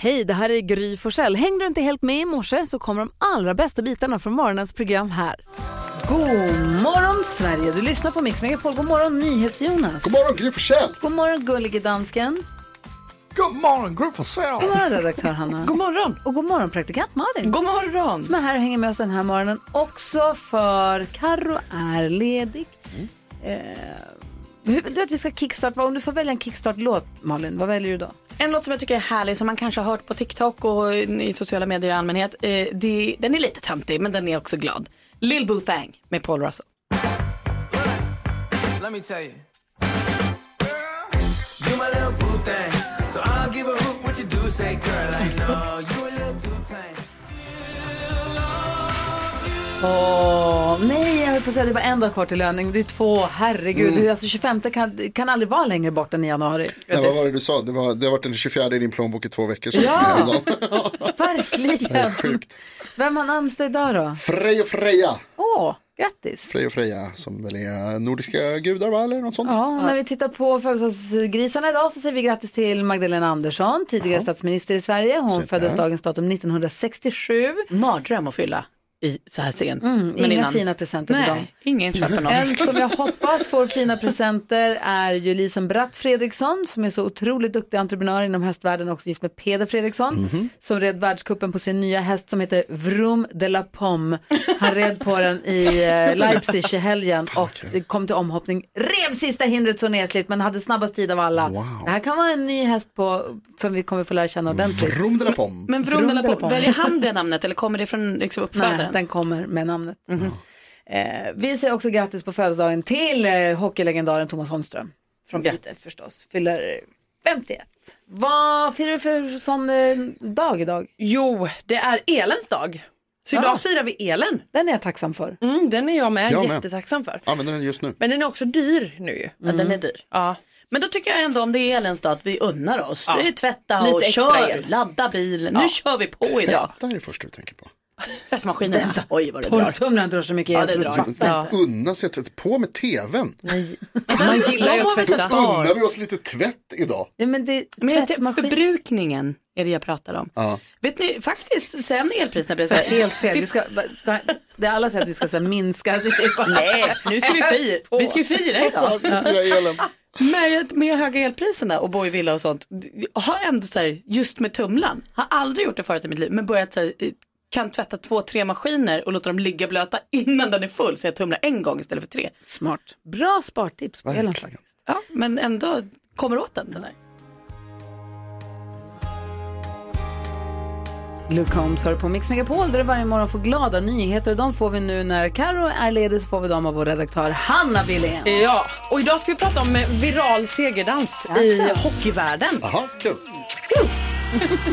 Hej, det här är Gry Forssell. Hängde du inte helt med i morse så kommer de allra bästa bitarna från morgonens program här. God morgon Sverige, du lyssnar på Mix Megapol. God morgon NyhetsJonas. God morgon Gry Forssell. God morgon gullige dansken. God morgon Gry Forssell. God morgon redaktör Hanna. god morgon. Och god morgon praktikant Malin. God morgon. Som är här och hänger med oss den här morgonen också för Karo är ledig. Mm. Eh, hur, du vet vi ska kickstart, om du får välja en kickstart-låt Malin, vad väljer du då? En låt som jag tycker är härlig som man kanske har hört på TikTok och i sociala medier i allmänhet. Eh, det, den är lite töntig men den är också glad. Lil Boo Thang med Paul Russell. Let me tell you. You my little boo thing. So I'll give a hoot what you do say, girl. I know you a little too tame. Åh, nej, jag höll på att säga det var en dag kvar till löning. Det är två, herregud. Mm. Alltså 25 kan, kan aldrig vara längre bort än i januari. Nej, vad var det du sa? Det, var, det har varit den 24 i din plånbok i två veckor sedan. Ja, verkligen. Vem har namnsdag idag då? Frej och Freja. Åh, grattis. Frej och Freja som väl är nordiska gudar va? Eller något sånt. Ja, och när vi tittar på födelsedagsgrisarna idag så säger vi grattis till Magdalena Andersson, tidigare statsminister i Sverige. Hon där. föddes dagens datum 1967. Mardröm att fylla i så här sent. Mm, Inga fina presenter till dem. Nej, ingen köper någon. En som jag hoppas får fina presenter är ju Lisen Bratt Fredriksson som är så otroligt duktig entreprenör inom hästvärlden och också gift med Peder Fredriksson som red världskuppen på sin nya häst som heter Vroom de la Pomme. Han red på den i eh, Leipzig i helgen och kom till omhoppning, rev sista hindret så nesligt men hade snabbast tid av alla. Det här kan vara en ny häst på, som vi kommer få lära känna ordentligt. Rom de la Pomme. Men Vroom Vrondela eller på, Pom? väljer han det namnet eller kommer det från liksom, Nej, uppfödaren? den kommer med namnet. Mhm. Eh, vi säger också grattis på födelsedagen till eh, hockeylegendaren Thomas Holmström. Från Piteå förstås. Fyller 51. Vad firar du för sån eh, dag idag? Jo, det är elens dag. Så idag Ah. firar vi elen. Den är jag tacksam för. Mm, den är jag med, Jag med. jättetacksam för. Använder den just nu. Men den är också dyr nu ju. Ja, den är dyr. Ja. Men då tycker jag ändå om det är elens dag att vi unnar oss. Ja. Det är tvätta Lite och extra kör, el. ladda bilen. Nu kör vi på idag. Det här är det första du tänker på. Tvättmaskinen. Oj vad det drar. Torktumlaren drar så mycket Ja, el det så du drar. fattar inte. Unna sig att på med tvn. Man gillar ju de har att väl tvätta. sett- Unnar vi oss lite tvätt idag. Ja, men det, Men jag tänker- tvättmaskin. förbrukningen är det jag pratar om. Ja. Vet ni, faktiskt sen elpriserna blev så här Helt fel. Vi ska, det är alla säger att vi ska så här, minska. sitt- Nej, nu ska vi Ös på. fira. Vi ska ju fira idag. Elen. Med, med höga elpriserna och bo i villa och sånt. Jag har ändå så här, just med tumlan, har aldrig gjort det förut i mitt liv, men börjat så här, eh, kan tvätta två, tre maskiner och låta dem ligga blöta innan den är full så jag tumlar en gång istället för tre. Smart. Bra spartips på elen Verkligen. faktiskt. Ja, men ändå kommer åt den. den där. Luke Holmes hör på Mix Megapol där du varje morgon får glada nyheter. De får vi nu när Karo är ledig så får vi dem av vår redaktör Hanna Billén. Ja, och idag ska vi prata om eh, viral segerdans i Jaså. hockeyvärlden. Jaha, kul.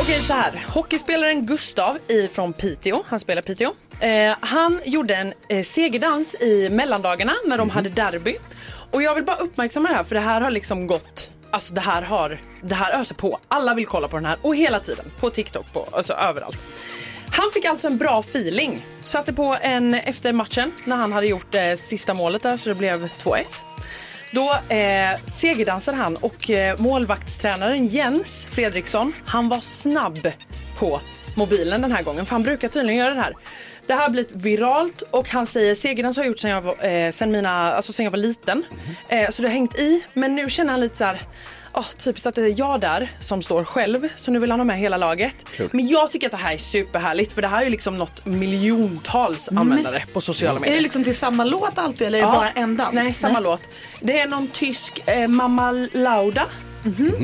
Okej, så här. Hockeyspelaren Gustav i, från Piteå, han spelar i Piteå. Eh, han gjorde en eh, segerdans i mellandagarna när de Mhm. hade derby. Och jag vill bara uppmärksamma det här för det här har liksom gått, alltså det här har, det här öser på. Alla vill kolla på den här och hela tiden på TikTok, på, alltså överallt. Han fick alltså en bra feeling. Satte på en efter matchen när han hade gjort eh, sista målet där så det blev 2-1. Då eh, segerdansar han och eh, målvaktstränaren Jens Fredriksson, han var snabb på mobilen den här gången, för han brukar tydligen göra det här. Det här har blivit viralt och han säger segerdans har jag gjort sen jag var, eh, sen mina, alltså sen jag var liten. Mhm. Eh, så det har hängt i, men nu känner han lite så här, "Åh, typiskt att det är jag där som står själv, så nu vill han ha med hela laget. Men jag tycker att det här är superhärligt, för det här är ju liksom nått miljontals användare på sociala medier. Är det liksom till samma låt alltid eller är det bara en dans? Nej, samma låt. Det är någon tysk eh, Mamma Lauda.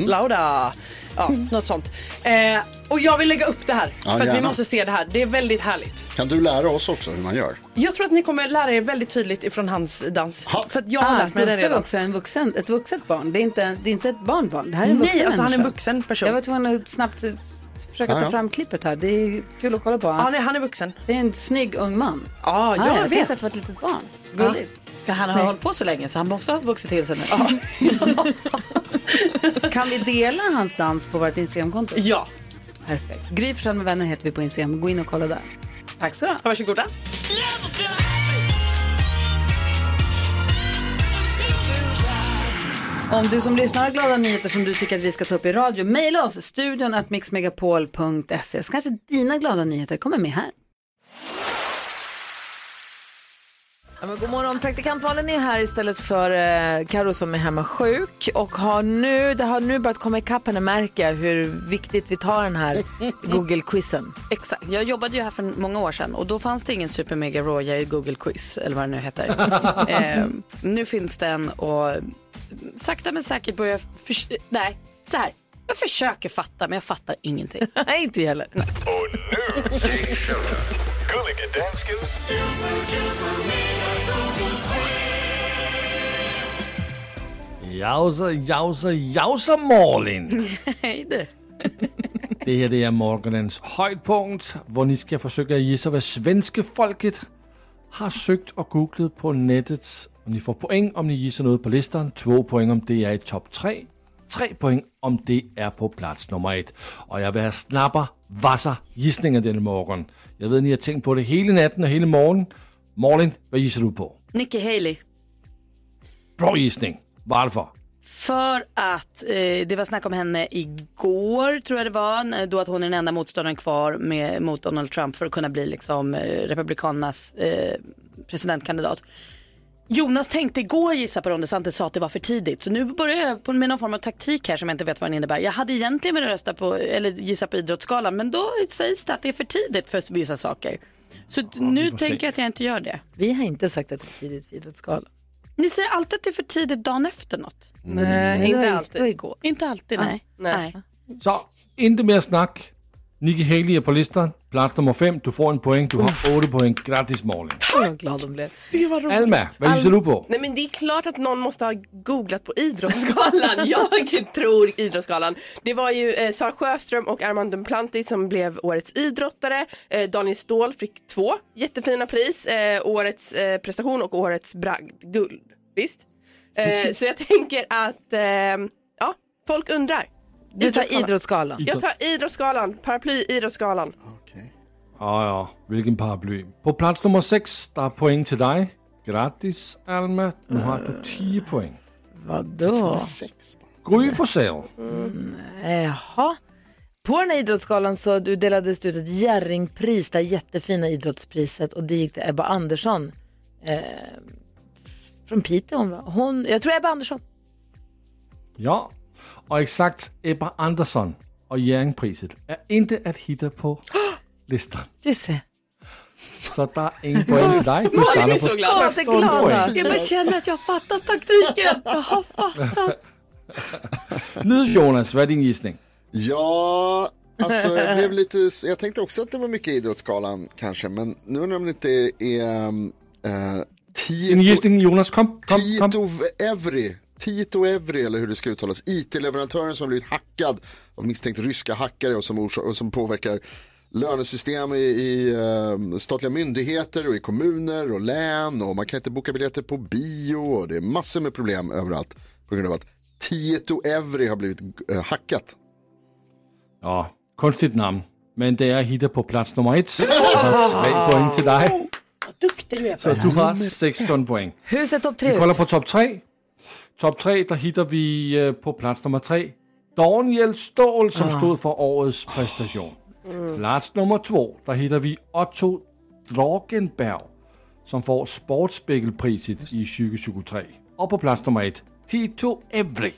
Lauda. Ja, något sånt. Eh, och jag vill lägga upp det här. Ja, för att vi gärna. måste se det här. Det är väldigt härligt. Kan du lära oss också hur man gör? Jag tror att ni kommer lära er väldigt tydligt ifrån hans dans. Ha. För att jag har lärt mig Ah, det Gustav är redan. också en vuxen, ett vuxet barn. Det är inte, det är inte ett barnbarn. Det här är en vuxen Nej, alltså han är en människa. vuxen person. Jag var tvungen att snabbt eh, försöka Ja, ta ja. fram klippet här. Det är kul att kolla på. Ja, Han nej, han är vuxen. det är en snygg ung man. Ja, Ah, jag vet. tänkte att det var ett litet barn. Gulligt. Han har hållit på så länge så han måste ha vuxit till sig nu. Kan vi dela hans dans på vårt Instagramkonto? Ja, Perfekt. Gry Forssell med vänner heter vi på Instagram. Gå in och kolla där. Tack så du ha. varsågoda. Om du som lyssnar har glada nyheter som du tycker att vi ska ta upp i radio, mejla oss studion at mixmegapol.se. Så kanske dina glada nyheter kommer med här. Ja, men god morgon. Praktikantmalen är här istället för eh, Karo som är hemma sjuk och har nu, det har nu börjat komma ikapp henne märka hur viktigt vi tar den här Google-quizen. Exakt, jag jobbade ju här för många år sedan och då fanns det ingen super mega råja i Google quiz eller vad det nu heter. eh, nu finns den och sakta men säkert börjar jag, förs- nej så här, jag försöker fatta men jag fattar ingenting. Nej, inte vi heller. Gulliga Danskens Jausa, jausa, jausa Malin. Hej du. Det her det er morgenens højdepunkt, hvor ni skal forsøge at gisse, hvad svenske folket har søgt og googlet på nettet. Og ni får point, om ni gisser noget på listeren. 2 point, om det er i top 3. 3 point, om det er på plads nummer 1. Og jeg vil have snapper, vasser, gissninger denne morgen. Jeg ved, ni har tænkt på det hele natten og hele morgen. Morgen, hvad gisser du på? Nicky Haley. Bra gissning. Varför? För att eh, det var snack om henne igår, tror jag det var, när- då att hon är den enda motståndaren kvar med, mot Donald Trump för att kunna bli liksom, eh, Republikanernas eh, presidentkandidat. Jonas tänkte igår gissa på Ron DeSantis sa att det var för tidigt. Så nu börjar jag på- med någon form av taktik här som jag inte vet vad den innebär. Jag hade egentligen velat rösta på, eller gissa på Idrottsgalan, men då sägs det att det är för tidigt för vissa saker. Så nu tänker jag att jag inte gör det. Vi har inte sagt att det är tidigt för Idrottsgalan. Ni säger alltid att det är för tidigt dagen efter något. Nej, Det inte var- Det var alltid. igår. Inte alltid, nej. nej. nej. Så, inte mer snack. Nicky Haley er på listeren. Plads nummer 5. Du får en point. Du har 8 point. Gratis, Malin. Oj, Vad glad de blev. Alma, hvad lyser du på? Nej men det är klart att någon måste ha googlat på Idrottsgalan. Jag tror Idrottsgalan. Det var ju eh, Sara Sjöström och Armand Duplantis som blev årets idrottare. Eh, Daniel Ståhl fick två jättefina pris. Eh, årets eh, prestation och årets bragd. Guld. Visst? Eh, så jag tänker att eh, ja, folk undrar. Du tar Idrottsgalan. Jag tar Idrottsgalan. Paraply Idrottsgalan. Okej. Åh ja, hvilken paraply. På plads nummer 6, der er point til dig. Gratis, Alma. Nu har du 10 point. Vadå? Sex. Gry for sale. Jaha. På den här idrottsgalan så du delades det ut ett Jerringpris, det här jättefina idrottspriset och det gick till Ebba Andersson. Eh, från Piteå hon, var. hon Jag tror Ebba Andersson. Ja, og exakt Ebba Andersson og Jæringpriset er inte at hitte på listeren. Du ser. Så der er ingen point til dig. Du starter på Skadeglada. Jag bara känner att jag har fattat taktiken. Jag har fattat. Nyd, Jonas. Hvad er din gissning? Ja, alltså jag blev lite, jag tänkte också att det var mycket Idrottsgalan kanske, men nu undrar jag om det inte är um, eh, Din Tieto, gissning, Jonas. Kom, kom, kom. Tieto Evry. Tieto Evry eller hur det ska uttalas. IT-leverantören som har blivit hackad av misstänkt ryska hackare och som, orsa- och som påverkar lönesystem i, i eh, statliga myndigheter och i kommuner och län och man kan inte boka biljetter på bio och det är massor med problem överallt på grund av att Tieto Evry har blivit eh, hackat. Ja, kunstigt namn. Men det är hitta på plats nummer ett. Så har tre poäng till dig. Så du har 16 poäng. Hur ser topp Vi tre kollar ut? på topp tre. Topp tre, där hittar vi eh, på plats nummer tre Daniel Ståhl som stod för årets prestation. Plats nummer två, där hittar vi Otto Drakenberg som får Sportspiegelpriset i 2023. Och på plats nummer ett, Tito Evry.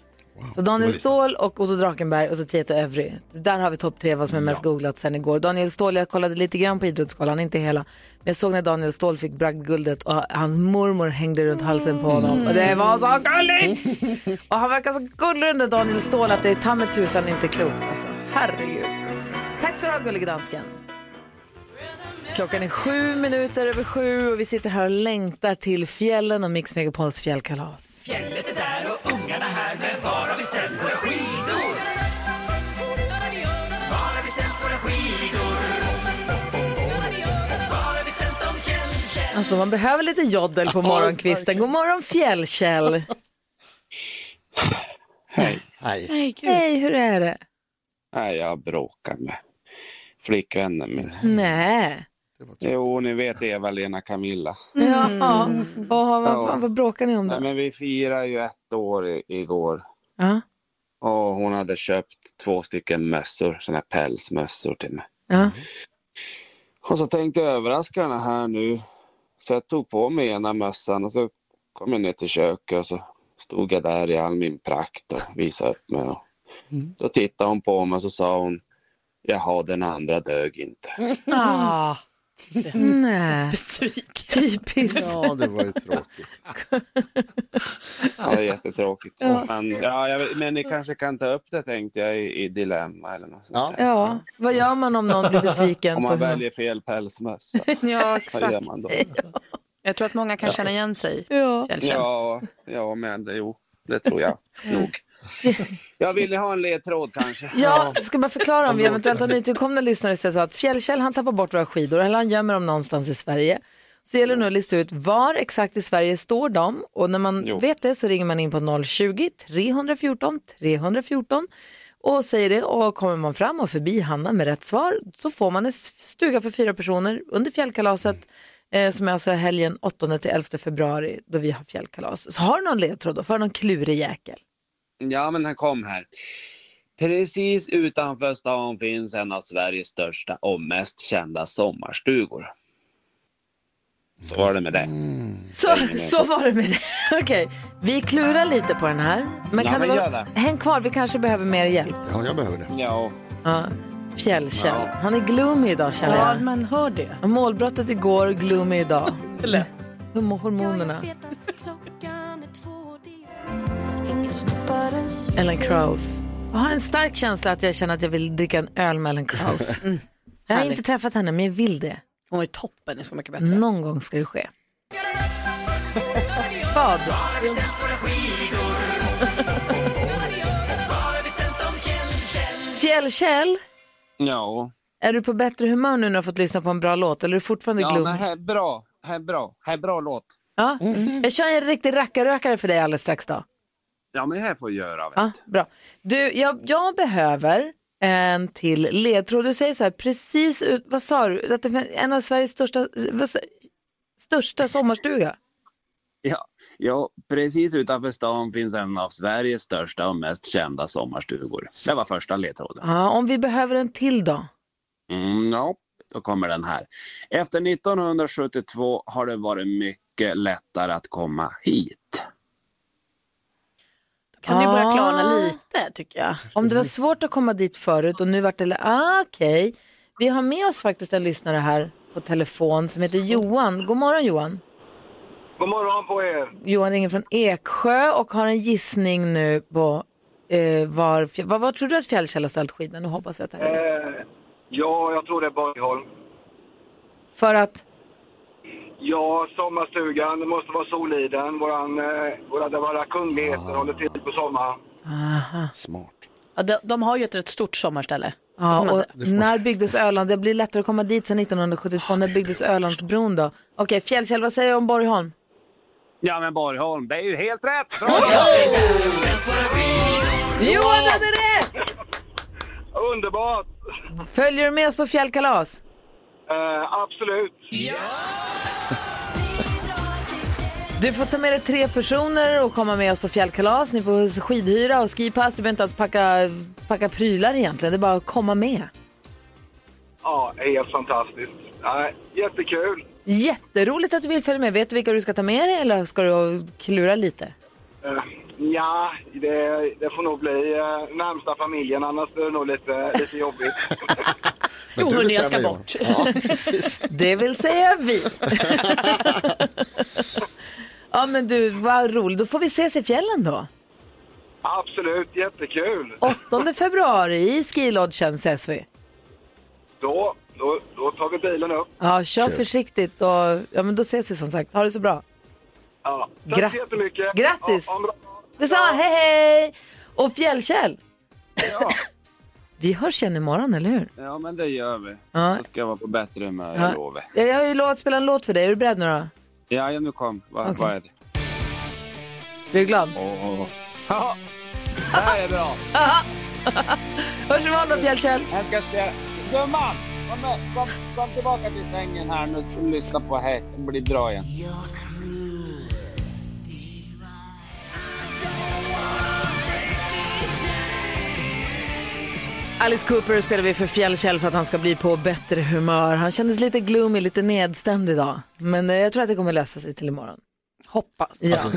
Så Daniel Ståhl och Otto Drakenberg och så Tieto Övry. Där har vi topp tre vad som är mest googlat sen igår. Daniel Ståhl, jag kollade lite grann på Idrottsgalan, inte hela. Men jag såg när Daniel Ståhl fick bragdguldet och hans mormor hängde runt halsen på Mm. honom. Och det var så gulligt! och han verkar så gullig den där Daniel Ståhl att det är ta med tusan inte klokt alltså. Herregud. Tack ska du ha gullige dansken. Klockan är sju minuter över sju och vi sitter här och längtar till fjällen och Mix Megapols fjällkalas. Alltså man behöver lite joddel på morgonkvisten. God morgon Fjällkäll. Nej. Nej, gud. Hej, hur är det? Nej, jag bråkar med flickvännen min. Nej, Jo, ni vet Eva-Lena Camilla. Ja, ja. Och vad, vad, fan, vad bråkar ni om Nej, då? men vi firade ju ett år i, igår Ja, och hon hade köpt två stycken mössor, såna här pälsmössor till mig. ja. Och så tänkte jag överraska henne här nu. Så jag tog på mig ena mössan och så kom jag ner till köket och så stod jag där i all min prakt och visade upp mig. Och då tittade hon på mig och så sa hon, jaha den andra dög inte. Ah, Nej, besviken. typiskt. Ja, det var ju tråkigt. Ja, det är jättetråkigt. Ja. Men, ja, jag, vet- men ni kanske kan ta upp det tänkte jag i, i Dilemma eller något sånt Ja. där. Ja, vad gör man om någon blir besviken? Om på man hur väljer fel pälsmössa, Ja, vad gör exakt. man då? Jag tror att många kan känna igen sig. Ja. Fjällkäll. Ja, ja men det, jo, det tror jag nog. Jag ville ha en ledtråd kanske. Ja, jag ska bara förklara om vi eventuellt har nytillkomna lyssnare säger så att Fjällkäll han tappar bort våra skidor eller han gömmer dem någonstans i Sverige. Så gäller det nu att lista ut var exakt i Sverige står de och när man Jo. vet det så ringer man in på 020-314 314 och säger det och kommer man fram och förbi Hanna med rätt svar så får man en stuga för fyra personer under fjällkalaset eh, som är alltså helgen 8-11 februari då vi har fjällkalas. Så har du någon ledtråd då? För någon klurig jäkel? Ja, men han kom här. Precis utanför stan finns en av Sveriges största och mest kända sommarstugor. Så var det med det. Så, så var det med det. Okej, vi klurar lite på den här. Men Ja, kan men det gör vara... det. Häng kvar, vi kanske behöver mer hjälp. Ja, jag behöver det. Ja, Ja. Fjällkäll. Ja. Han är gloomy idag känner Ja, jag. man hör det. Ja. Målbrottet igår, gloomy idag. Lätt. Hormonerna. Ellen Krauss. Jag har en stark känsla att jag känner att jag vill dricka en öl med Ellen Krauss. Jag har Mm. Härligt. inte träffat henne, men jag vill det. Hon var ju toppen, det ska mycket bättre. Någon gång ska det ske. Vad? Fjällkäll, ja. är du på bättre humör nu när du har fått lyssna på en bra låt? Eller är du fortfarande ja glum? men här, bra, här bra, här bra låt. Ja. Mm. Jag kör en riktig rackarrökare för dig alldeles strax då. Ja, men här får jag göra. Vet. Ja, bra. Du, jag, jag behöver en till ledtråd. Du säger så här, precis ut, vad sa du? Att det finns en av Sveriges största, vad, sa- största sommarstuga? Ja, ja, precis utanför stan finns en av Sveriges största och mest kända sommarstugor. Det var första ledtråden. Ja, om vi behöver en till då? Mm, ja, då kommer den här. Efter 1972 har det varit mycket lättare att komma hit. Kan ni Ah. börja klarna lite, tycker jag. Om det var svårt att komma dit förut och nu vart det... Ah, Okej. Vi har med oss faktiskt en lyssnare här på telefon som heter Johan. God morgon Johan. God morgon på er. Johan ringer från Eksjö och har en gissning nu på eh, var, fjä- var, var tror du att Fjällkäll har ställt skidorna? Nu hoppas jag att det här är rätt. Eh, ja, jag tror det är Borgholm. För att, Ja, sommarstugan. Det måste vara Soliden. Våran, eh, våra, där våra kungligheter håller till på sommaren. Smart. Ja, de, de har ju ett rätt stort sommarställe. ja, man och när byggdes Öland? Det blir lättare att komma dit sedan 1972. När byggdes Ölandsbron då? Okej, Fjällkäll, vad säger du om Borgholm? Ja, men Borgholm, det är ju helt rätt! Johan hade rätt! Underbart! Följer du med oss på fjällkalas? Eh, absolut. Du får ta med dig tre personer och komma med oss på fjällkalas. Ni får skidhyra och skipass. Du behöver inte ens packa, packa prylar egentligen. Det är bara att komma med. Ja, helt fantastiskt. Nej, jättekul. Jätteroligt att du vill följa med. Vet du vilka du ska ta med dig eller ska du klura lite? Eh, ja, det, det får nog bli eh, närmsta familjen. Annars blir det nog lite, lite jobbigt. Men Jo, du hörni, jag bestämmer, ska Johan. bort. Ja, precis. Det vill säga vi. ja men du, vad roligt. Då får vi ses i fjällen då. absolut, jättekul. 8 februari i skilodgen ses vi. Då, då, då tar vi bilen upp. Ja, kör försiktigt och ja, men då ses vi som sagt. Ha det så bra. Ja. Tack Gra- så jättemycket. Grattis. Ja, ha en bra dag. Detsamma, hej hej! Och Fjällkäll, Ja, vi hörs igen imorgon, eller hur? ja men det gör vi. Ja. Då ska jag vara på bättre humör, Ja. jag lovar. Jag har ju lovat att spela en låt för dig, är du beredd nu då? Ja, ja, nu kom. Vad Okej. vad är det? Du är glad? Åh. Haha, det här är bra. Hörs imorgon då Fjällkäll! Här ska jag spela... Gumman! Kom, med, kom, kom tillbaka till sängen här nu och lyssna på Hej, det blir bra igen. Alice Cooper spelar vi för Fjällkäll för att han ska bli på bättre humör. Han kändes lite gloomy, lite nedstämd idag. Men eh, jag tror att det kommer lösa sig till imorgon. Hoppas. Ja. Alltså,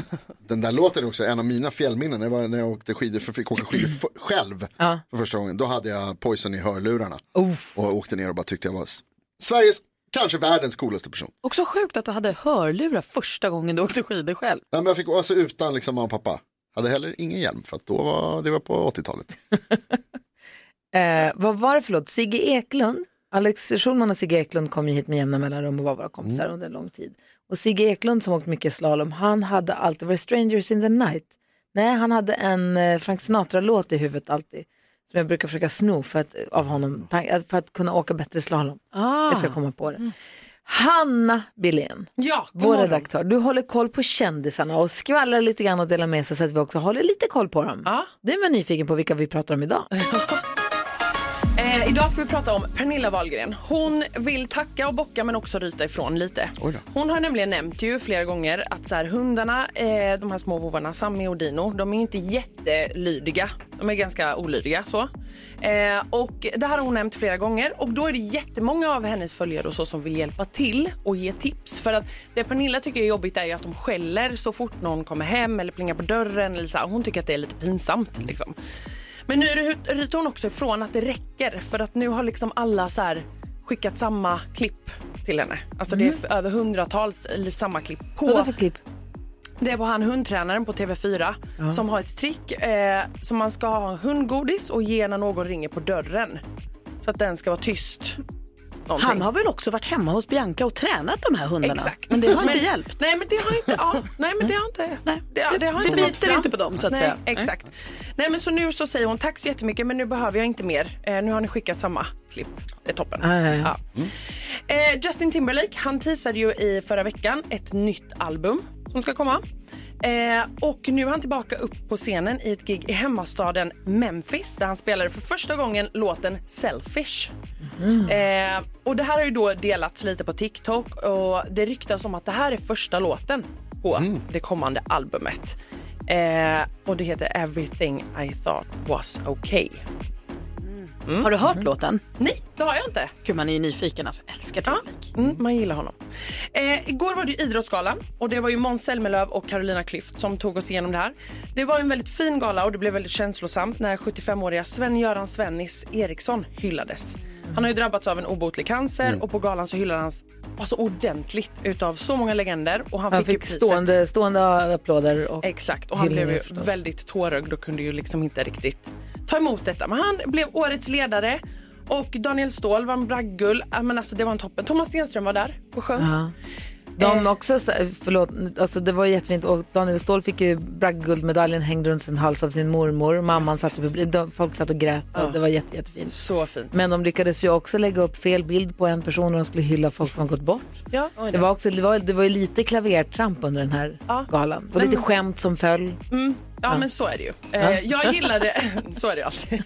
den där låten är också en av mina fjällminnen. Det var när jag åkte skidor, för fick åka skidor f- själv Ja. för första gången. Då hade jag Poison i hörlurarna. Och åkte ner och bara tyckte jag var s- Sveriges, kanske världens coolaste person. Också sjukt att du hade hörlurar första gången du åkte skidor själv. Nej, men jag fick alltså utan liksom mamma och pappa. Hade heller ingen hjälm för att då var det var på 80-talet. Eh, vad var det för låt? Sigge Eklund? Alex Schulman och Sigge Eklund kom ju hit med jämna mellanrum och var våra kompisar Mm. under en lång tid. Och Sigge Eklund som åkt mycket slalom, han hade alltid, var det Strangers in the Night? Nej, han hade en eh, Frank Sinatra-låt i huvudet alltid. Som jag brukar försöka sno för att, av honom, tan- eh, för att kunna åka bättre slalom. Jag ska komma på det. Hanna Billén, ja, vår redaktör, du håller koll på kändisarna och skvallrar lite grann och delar med sig så att vi också håller lite koll på dem. Du är man nyfiken på vilka vi pratar om idag. Eh, idag ska vi prata om Pernilla Wahlgren. Hon vill tacka och bocka men också ryta ifrån lite. Hon har nämligen nämnt ju flera gånger att så här, hundarna, eh, de här små vovvarna, Sammy och Dino, de är ju inte jättelydiga. De är ganska olydiga så. Eh, och det här har hon nämnt flera gånger och då är det jättemånga av hennes följare och så som vill hjälpa till och ge tips. För att det Pernilla tycker är jobbigt är ju att de skäller så fort någon kommer hem eller plingar på dörren. Eller så här. Hon tycker att det är lite pinsamt liksom. Men nu ry- ryter hon också ifrån att det räcker för att nu har liksom alla så här skickat samma klipp till henne. Alltså det är Mm. f- över hundratals eller samma klipp Vadå på för klipp? det är på han hundtränaren på TV4 Ja. som har ett trick eh, som man ska ha hundgodis och ge när någon ringer på dörren. Så att den ska vara tyst. Någonting. Han har väl också varit hemma hos Bianca och tränat de här hundarna? Exakt. Men det har inte hjälpt. Nej men det har inte, ja, nej men det har inte, nej, det, det- det nått biter fram. inte på dem, så att nej, säga. Exakt. Nej. men så nu så säger hon tack så jättemycket men nu behöver jag inte mer. Eh, nu har ni skickat samma klipp. Det är toppen. Ah, Ja, ja, ja. Eh, Justin Timberlake han teasade ju i förra veckan ett nytt album som ska komma. Eh, och nu är han tillbaka upp på scenen i ett gig i hemmastaden Memphis där han spelade för första gången låten Selfish. Eh, och det här har ju då delats lite på TikTok och det ryktas om att det här är första låten på det kommande albumet. Eh, och det heter Everything I thought was okay. Mm. Har du hört låten? Nej, det har jag inte. Gud, man är ju nyfiken alltså. Älskar Timberlake. Mm, man gillar honom. Eh, igår var det ju Idrottsgalan och det var ju Måns Zelmerlöw och Carolina Klüft som tog oss igenom det här. Det var en väldigt fin gala och det blev väldigt känslosamt när 75-åriga Sven-Göran Svennis Eriksson hyllades. Han har ju drabbats av en obotlig cancer Mm. och på galan så hyllades han alltså ordentligt utav så många legender och han, Han fick, ju fick priset. stående, stående applåder och Exakt, och han hyllningar blev ju förstås. väldigt tårögd och kunde ju liksom inte riktigt ta emot detta. Men han blev årets ledare och Daniel Ståhl vann Braggull. Ja, Men alltså det var en toppen. Thomas Stenström var där och sjöng. Ja. Eh. De också, så- förlåt, alltså det var jättefint och Daniel Ståhl fick ju Bragdguldmedaljen hängd runt sin hals av sin mormor. Mamman satt i publik, de- folk satt och grät och Ja. det var jätte, jättefint. Så fint. Men de lyckades ju också lägga upp fel bild på en person och de skulle hylla folk som gått bort. Ja. Det var, också, det var, det var ju lite klavertramp under den här galan och Men- lite skämt som föll. Mm. Ja, Ja. men så är det ju. Ja. Eh, jag gillade, så är det ju alltid.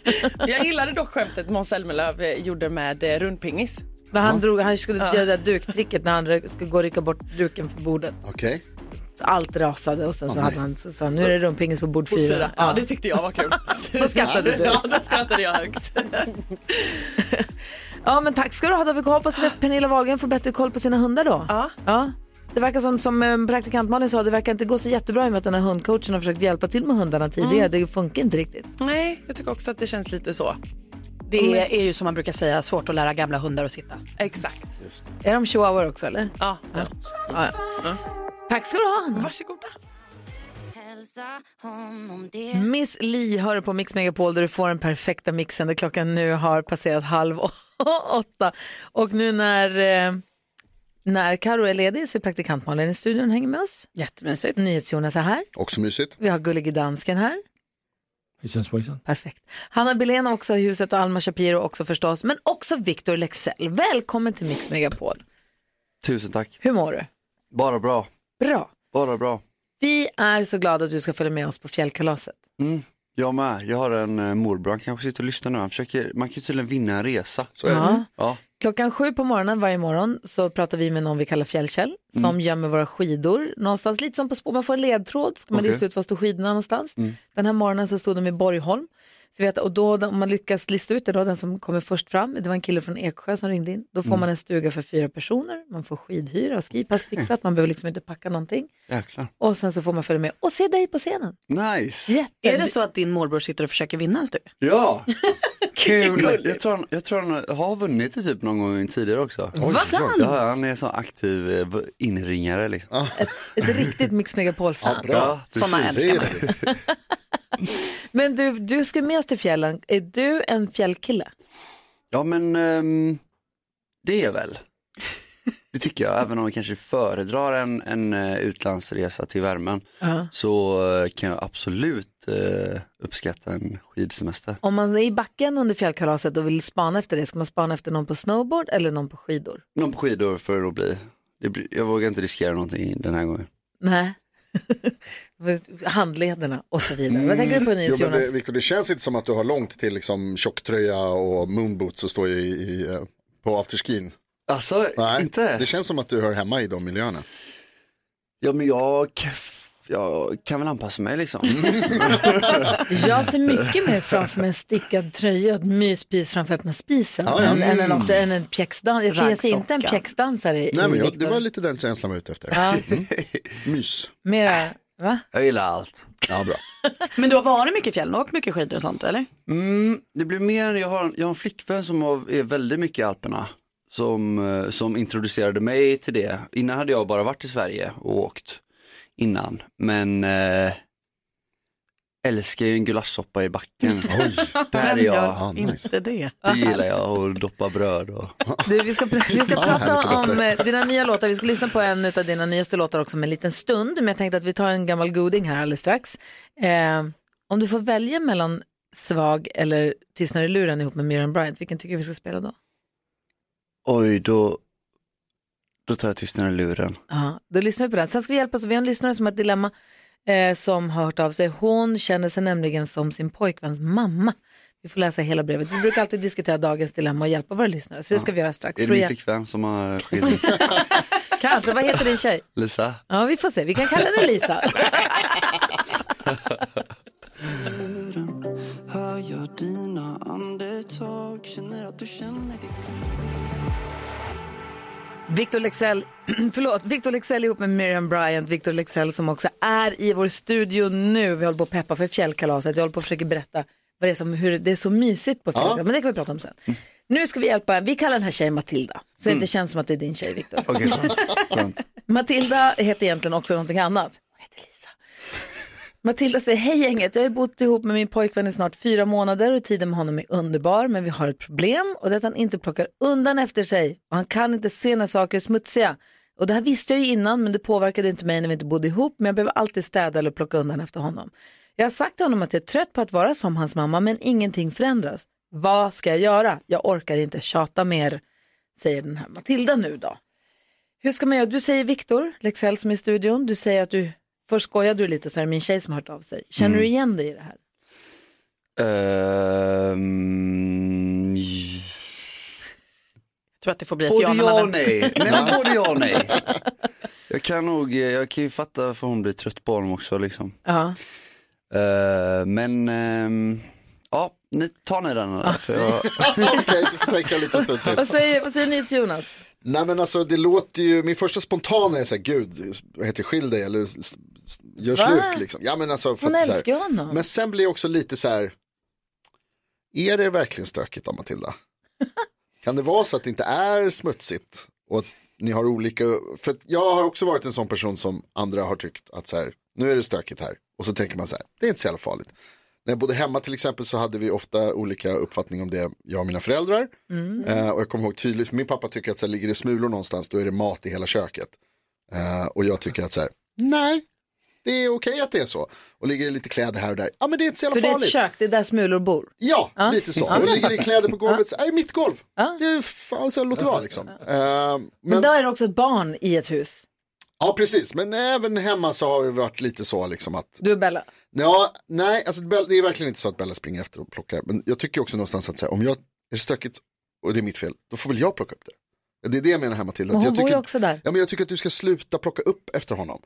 Jag gillade dock skämtet Måns Zelmerlöw eh, gjorde med eh, rundpingis. Men han, drog, han skulle Ja. göra det där duktricket när han rö- skulle gå och rycka bort duken från bordet. Okej. Så allt rasade och sen så, Åh, hade han, så sa han, nu är det rumpingis på bord Bord fyra. fyra. Ja, det tyckte jag var kul. Då skrattade du. Ja, då skrattade jag högt. Ja, men tack ska du ha David. Vi hoppas att Pernilla Wahlgren får bättre koll på sina hundar då. Ja. Det verkar som, som eh, praktikant Malin sa, det verkar inte gå så jättebra i och med att den här hundcoachen har försökt hjälpa till med hundarna tidigare. Mm. Det funkar inte riktigt. Nej, jag tycker också att det känns lite så. Det är ju som man brukar säga, svårt att lära gamla hundar att sitta. Exakt. Är de chihuahuor också eller? Ja. ja. ja. Tack ska du ha. Anna. Varsågoda. Miss Li hör du på Mix Megapol där du får den perfekta mixen där klockan nu har passerat halv å- åtta. Och nu när, eh, när Karo är ledig så är praktikant Malin i studion och hänger med oss. Jättemysigt. NyhetsJonas är här. Också mysigt. Vi har gullige dansken här. Hejsan svejsan. Perfekt. Hanna Billén också i huset och Alma Shapiro också förstås. Men också Victor Lexell. Välkommen till Mix Megapol. Tusen tack. Hur mår du? Bara bra. Bra. Bara bra. Vi är så glada att du ska följa med oss på fjällkalaset. Mm. Jag med. Jag har en eh, morbror, han kanske sitter och lyssnar nu. Han försöker, man kan ju tydligen vinna en resa. Så är det. Ja. Ja. Klockan sju på morgonen varje morgon så pratar vi med någon vi kallar Fjällkäll som Mm. gömmer våra skidor någonstans. Lite som på spår, man får en ledtråd, ska man Okej. lista ut var står skidorna någonstans. Mm. Den här morgonen så stod de i Borgholm. Så vet, och då, om man lyckas lista ut det då, den som kommer först fram, det var en kille från Eksjö som ringde in, då får Mm. man en stuga för fyra personer, man får skidhyra och skipass fixat, man behöver liksom inte packa någonting. Jäklar. Och sen så får man följa med och se dig på scenen. Nice. Är det så att din morbror sitter och försöker vinna en stuga? Ja. Kul. Jag tror, han, jag tror han har vunnit det typ någon gång tidigare också. Oj, Sant? Ja, han är så aktiv eh, v- inringare liksom. Ett riktigt Mix Megapol-fan. Sådana precis. älskar man. Men du, du ska med oss till fjällen. Är du en fjällkille? Ja men ehm, det är jag väl. Det tycker jag, även om jag kanske föredrar en, en eh, utlandsresa till värmen Ja. så eh, kan jag absolut eh, uppskatta en skidsemester. Om man är i backen under fjällkalaset och vill spana efter det, ska man spana efter någon på snowboard eller någon på skidor? Någon på skidor får det nog bli. Det blir, jag vågar inte riskera någonting den här gången. Nej. Handlederna och så vidare. Vad tänker du på Mm. Jo, nyhets, men Jonas? det, Victor, det känns inte som att du har långt till liksom, tjocktröja och moonboots och står i, i, eh, på afterskin. Alltså, Nej, inte? Det känns som att du hör hemma i de miljöerna. Ja men jag, k- f- jag kan väl anpassa mig liksom. Jag ser mycket mer framför mig en stickad tröja och ett myspys framför öppna spisen Ja, ja. än, än en, Mm. ofta, än en pjäxdans. Jag, tror jag ser inte en Raggsocka. pjäxdansare i Nej, men jag, det Victor. var lite den känslan jag var ute efter. Ja. Mm. Mys. Mera, va? Jag gillar allt. Ja, bra. Men du har varit mycket i fjällen och åkt mycket skidor och sånt eller? Mm, det blir mer, jag har, jag har en flickvän som har, är väldigt mycket i Alperna. Som, eh, som introducerade mig till det. Innan hade jag bara varit i Sverige och åkt innan. Men eh, älskar ju en gulaschsoppa i backen. Där är Vem jag. gör Ja, nice. Inte det. Det gillar jag och doppa bröd och. Du, vi ska, pr- vi ska Ja, prata härligt, om Lotta. eh, dina nya låtar. Vi ska lyssna på en av dina nyaste låtar också om en liten stund. Men jag tänkte att vi tar en gammal goding här alldeles strax. Eh, om du får välja mellan Svag eller Tystnar i luren ihop med Miriam Bryant, vilken tycker du vi ska spela då? Oj, då, då tar jag tystnaden i luren. Ja, då lyssnar vi på den. Sen ska vi hjälpa oss. Vi har en lyssnare som har ett dilemma eh, som har hört av sig. Hon känner sig nämligen som sin pojkväns mamma. Vi får läsa hela brevet. Vi brukar alltid diskutera dagens dilemma och hjälpa våra lyssnare. Så det ska vi göra strax. Är det Tror min jag. flickvän som har skidit? Kanske. Vad heter din tjej? Lisa? Ja, vi får se. Vi kan kalla henne Lisa. Hör jag dina andetag, känner att du känner dig Victor Lexell, förlåt, Victor Lexell ihop med Miriam Bryant, Victor Lexell som också är i vår studio nu. Vi håller på att peppa för fjällkalaset, jag håller på att försöka berätta vad det är som, hur det är så mysigt på fjällkalaset, men det kan vi prata om sen. Nu ska vi hjälpa, vi kallar den här tjejen Matilda, så det Mm. inte känns som att det är din tjej Victor. Okej, Matilda heter egentligen också någonting annat. Matilda säger, hej gänget, jag har ju bott ihop med min pojkvän i snart fyra månader och tiden med honom är underbar men vi har ett problem och det är att han inte plockar undan efter sig och han kan inte se när saker är smutsiga. Och det här visste jag ju innan men det påverkade inte mig när vi inte bodde ihop men jag behöver alltid städa eller plocka undan efter honom. Jag har sagt till honom att jag är trött på att vara som hans mamma men ingenting förändras. Vad ska jag göra? Jag orkar inte tjata mer, säger den här Matilda nu då. Hur ska man göra? Du säger Viktor Lexell som är i studion. Du säger att du, först skojade du lite så är det min tjej som har hört av sig. Känner Mm. du igen dig i det här? Ehm, Jag tror att det får bli ett både ja, men ja och man- nej. nej men både ja och nej. Jag kan nog, jag kan ju fatta varför hon blir trött på honom också liksom. Ja. Eh, men, ehm, ja, ni, tar ni den eller? För jag, Okej, du får tänka lite stund till. Vad säger, vad säger ni till Jonas? Nej men alltså det låter ju, min första spontana är så här, gud, vad heter det, skilj dig eller s- s- gör Va? slut liksom. Ja, men alltså, för Hon att så här- älskar ju honom. Men sen blir jag också lite så här, är det verkligen stökigt av Matilda? kan det vara så att det inte är smutsigt? Och att ni har olika, för att jag har också varit en sån person som andra har tyckt att så här, nu är det stökigt här. Och så tänker man så här, det är inte så jävla farligt. När jag bodde hemma till exempel så hade vi ofta olika uppfattning om det, jag och mina föräldrar. Mm. Eh, och jag kommer ihåg tydligt, för min pappa tycker att så här, ligger det smulor någonstans då är det mat i hela köket. Eh, och jag tycker att så här, nej, det är okej att det är så. Och ligger det lite kläder här och där, ja men det är inte så jävla För det är ett farligt. kök, det är där smulor bor. Ja, Ja. lite så. Ja, och men ligger det fattar. kläder på golvet, så, nej mitt golv, det är fan så här, låt det vara liksom. Eh, Men, då är det också ett barn i ett hus. Ja, precis. Men även hemma så har vi varit lite så liksom att... Du och Bella? Ja, nej, alltså, Bella- det är verkligen inte så att Bella springer efter och plockar. Men jag tycker också någonstans att så här, om jag är det stökigt och det är mitt fel, då får väl jag plocka upp det. Det är det jag menar här Matilda. Men hon att jag bor ju tycker- också där. Ja, men jag tycker att du ska sluta plocka upp efter honom.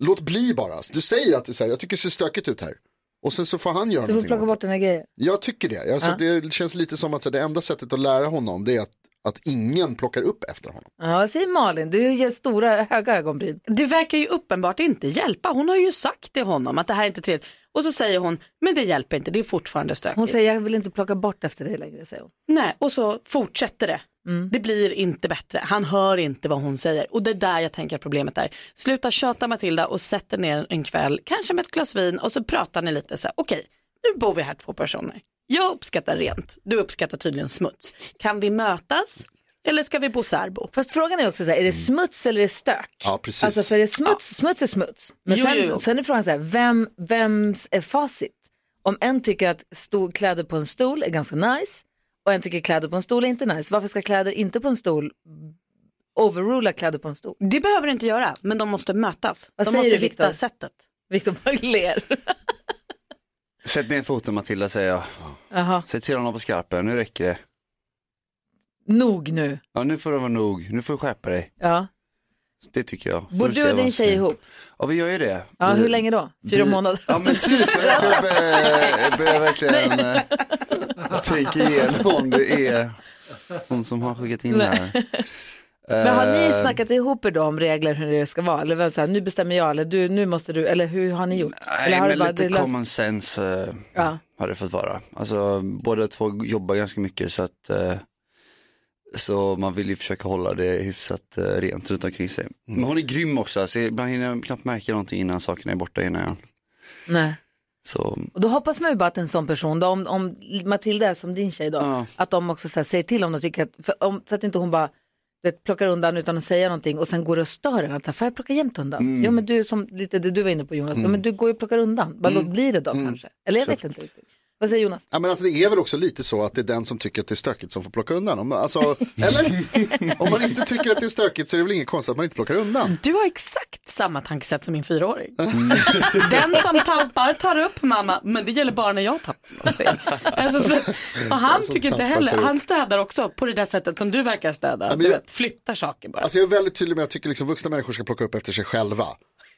Låt bli bara. Alltså. Du säger att det är så här, jag tycker det ser stökigt ut här. Och sen så får han göra Du får någonting. plocka åt bort den här grejen. det. Jag tycker det. Alltså, Ja. Det känns lite som att så här, det enda sättet att lära honom det är att, att ingen plockar upp efter honom. Ja, vad säger Malin? Du ger stora, höga ögonbryn. Det verkar ju uppenbart inte hjälpa. Hon har ju sagt till honom att det här är inte trevligt. Och så säger hon, men det hjälper inte, det är fortfarande stökigt. Hon säger jag vill inte plocka bort efter dig längre, säger hon. Nej, och så fortsätter det. Mm. Det blir inte bättre. Han hör inte vad hon säger. Och det är där jag tänker att problemet är. Sluta tjata Matilda och sätt er ner en kväll, kanske med ett glas vin och så pratar ni lite så här, okej, nu bor vi här två personer. Jag uppskattar rent, du uppskattar tydligen smuts. Kan vi mötas eller ska vi bo särbo? Fast frågan är också så här, är det smuts eller är det stök? Ja, precis. Alltså för det är smuts, smuts är smuts. Men Jo, sen, jo, jo. sen är frågan så här, vem, vems är facit? Om en tycker att stol, kläder på en stol är ganska nice och en tycker kläder på en stol är inte nice, varför ska kläder inte på en stol overrula kläder på en stol? Det behöver du inte göra, men de måste mötas. Vad de säger måste du, hitta Viktor? sättet. Viktor bara ler. Sätt ner foten Matilda säger jag. Jaha, Säg till honom på skarpen, nu räcker det. nog nu. Ja nu får det vara nog, nu får du skärpa dig. Ja. Så Det tycker jag. Får Bor se du och vad- din tjej ihop? Ja vi gör ju det. Ja, Vi- hur länge då? Fyra vi- månader? Ja men typ, jag verkar be- jag börjar verkligen eh, tänka igenom om det är hon som har skickat in det här. Men har ni Eh, snackat ihop er då om regler hur det ska vara? Eller vem säger, nu bestämmer jag eller du, nu måste du, eller hur har ni gjort? eller Nej har men bara- lite löst- common sense eh, Ja. har det fått vara. Alltså båda två jobbar ganska mycket så att eh, så man vill ju försöka hålla det hyfsat eh, rent runt omkring sig. Men hon är grym också, alltså, ibland hinner jag knappt märka någonting innan sakerna är borta innan jag. Nej. Så Och då hoppas man ju bara att en sån person, då, om, om Matilda är som din tjej då, att de också så här, säger till om de tycker att, för, om, så att inte hon bara du vet, plockar undan utan att säga någonting och sen går och stör en. Att så här, får jag plocka jämt undan? Mm. Ja men du, som lite det du var inne på Jonas, ja, Mm. men du går ju och plockar undan. Bara Mm. låt bli det då kanske. Eller jag Så- vet inte riktigt. Vad säger Jonas? Ja, men alltså, det är väl också lite så att det är den som tycker att det är stökigt som får plocka undan. Om, alltså, eller? Om man inte tycker att det är stökigt så är det väl inget konstigt att man inte plockar undan. Mm. Du har exakt samma tankesätt som min fyraåring. Den som tappar tar upp mamma, men det gäller bara när jag tappar någonting. Alltså, så, och han Den som tycker inte Alltså, tappar heller, tar upp. han städar också på det där sättet som du verkar städa. Ja, men du jag- vet, flyttar saker bara. Alltså jag är väldigt tydlig med att jag tycker liksom vuxna människor ska plocka upp efter sig själva.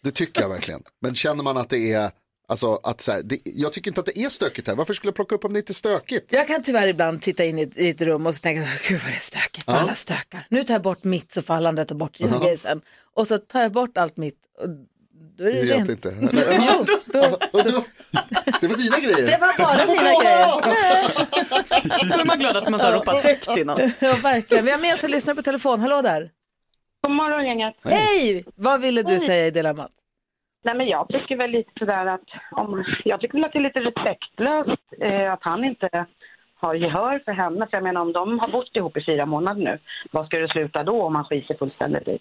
Det tycker jag verkligen. Men känner man att det är, alltså att så här, det, jag tycker inte att det är stökigt här. Varför skulle jag plocka upp om det inte är stökigt? Jag kan tyvärr ibland titta in i ett, i ett rum och så tänka, gud vad det är stökigt, Ja. alla stökar. Nu tar jag bort mitt så får alla andra ta bort sina grejer sen. Och så tar jag bort allt mitt och då är det Det vet rent. inte. Jo, då, Det var dina grejer. Ah, det var bara Det var mina bara- grejer. Då är man glad att man inte har ropat högt innan. Ja, verkligen. Vi har med oss en lyssnare på telefon. Hallå där. God morgon gänget. Hej! Vad ville du Hej. säga i dilemmat? Nej men jag tycker väl lite sådär att, om, jag tycker väl att det är lite respektlöst eh, att han inte har gehör för henne. För jag menar om de har bott ihop i fyra månader nu, vad ska det sluta då om han skiter fullständigt i?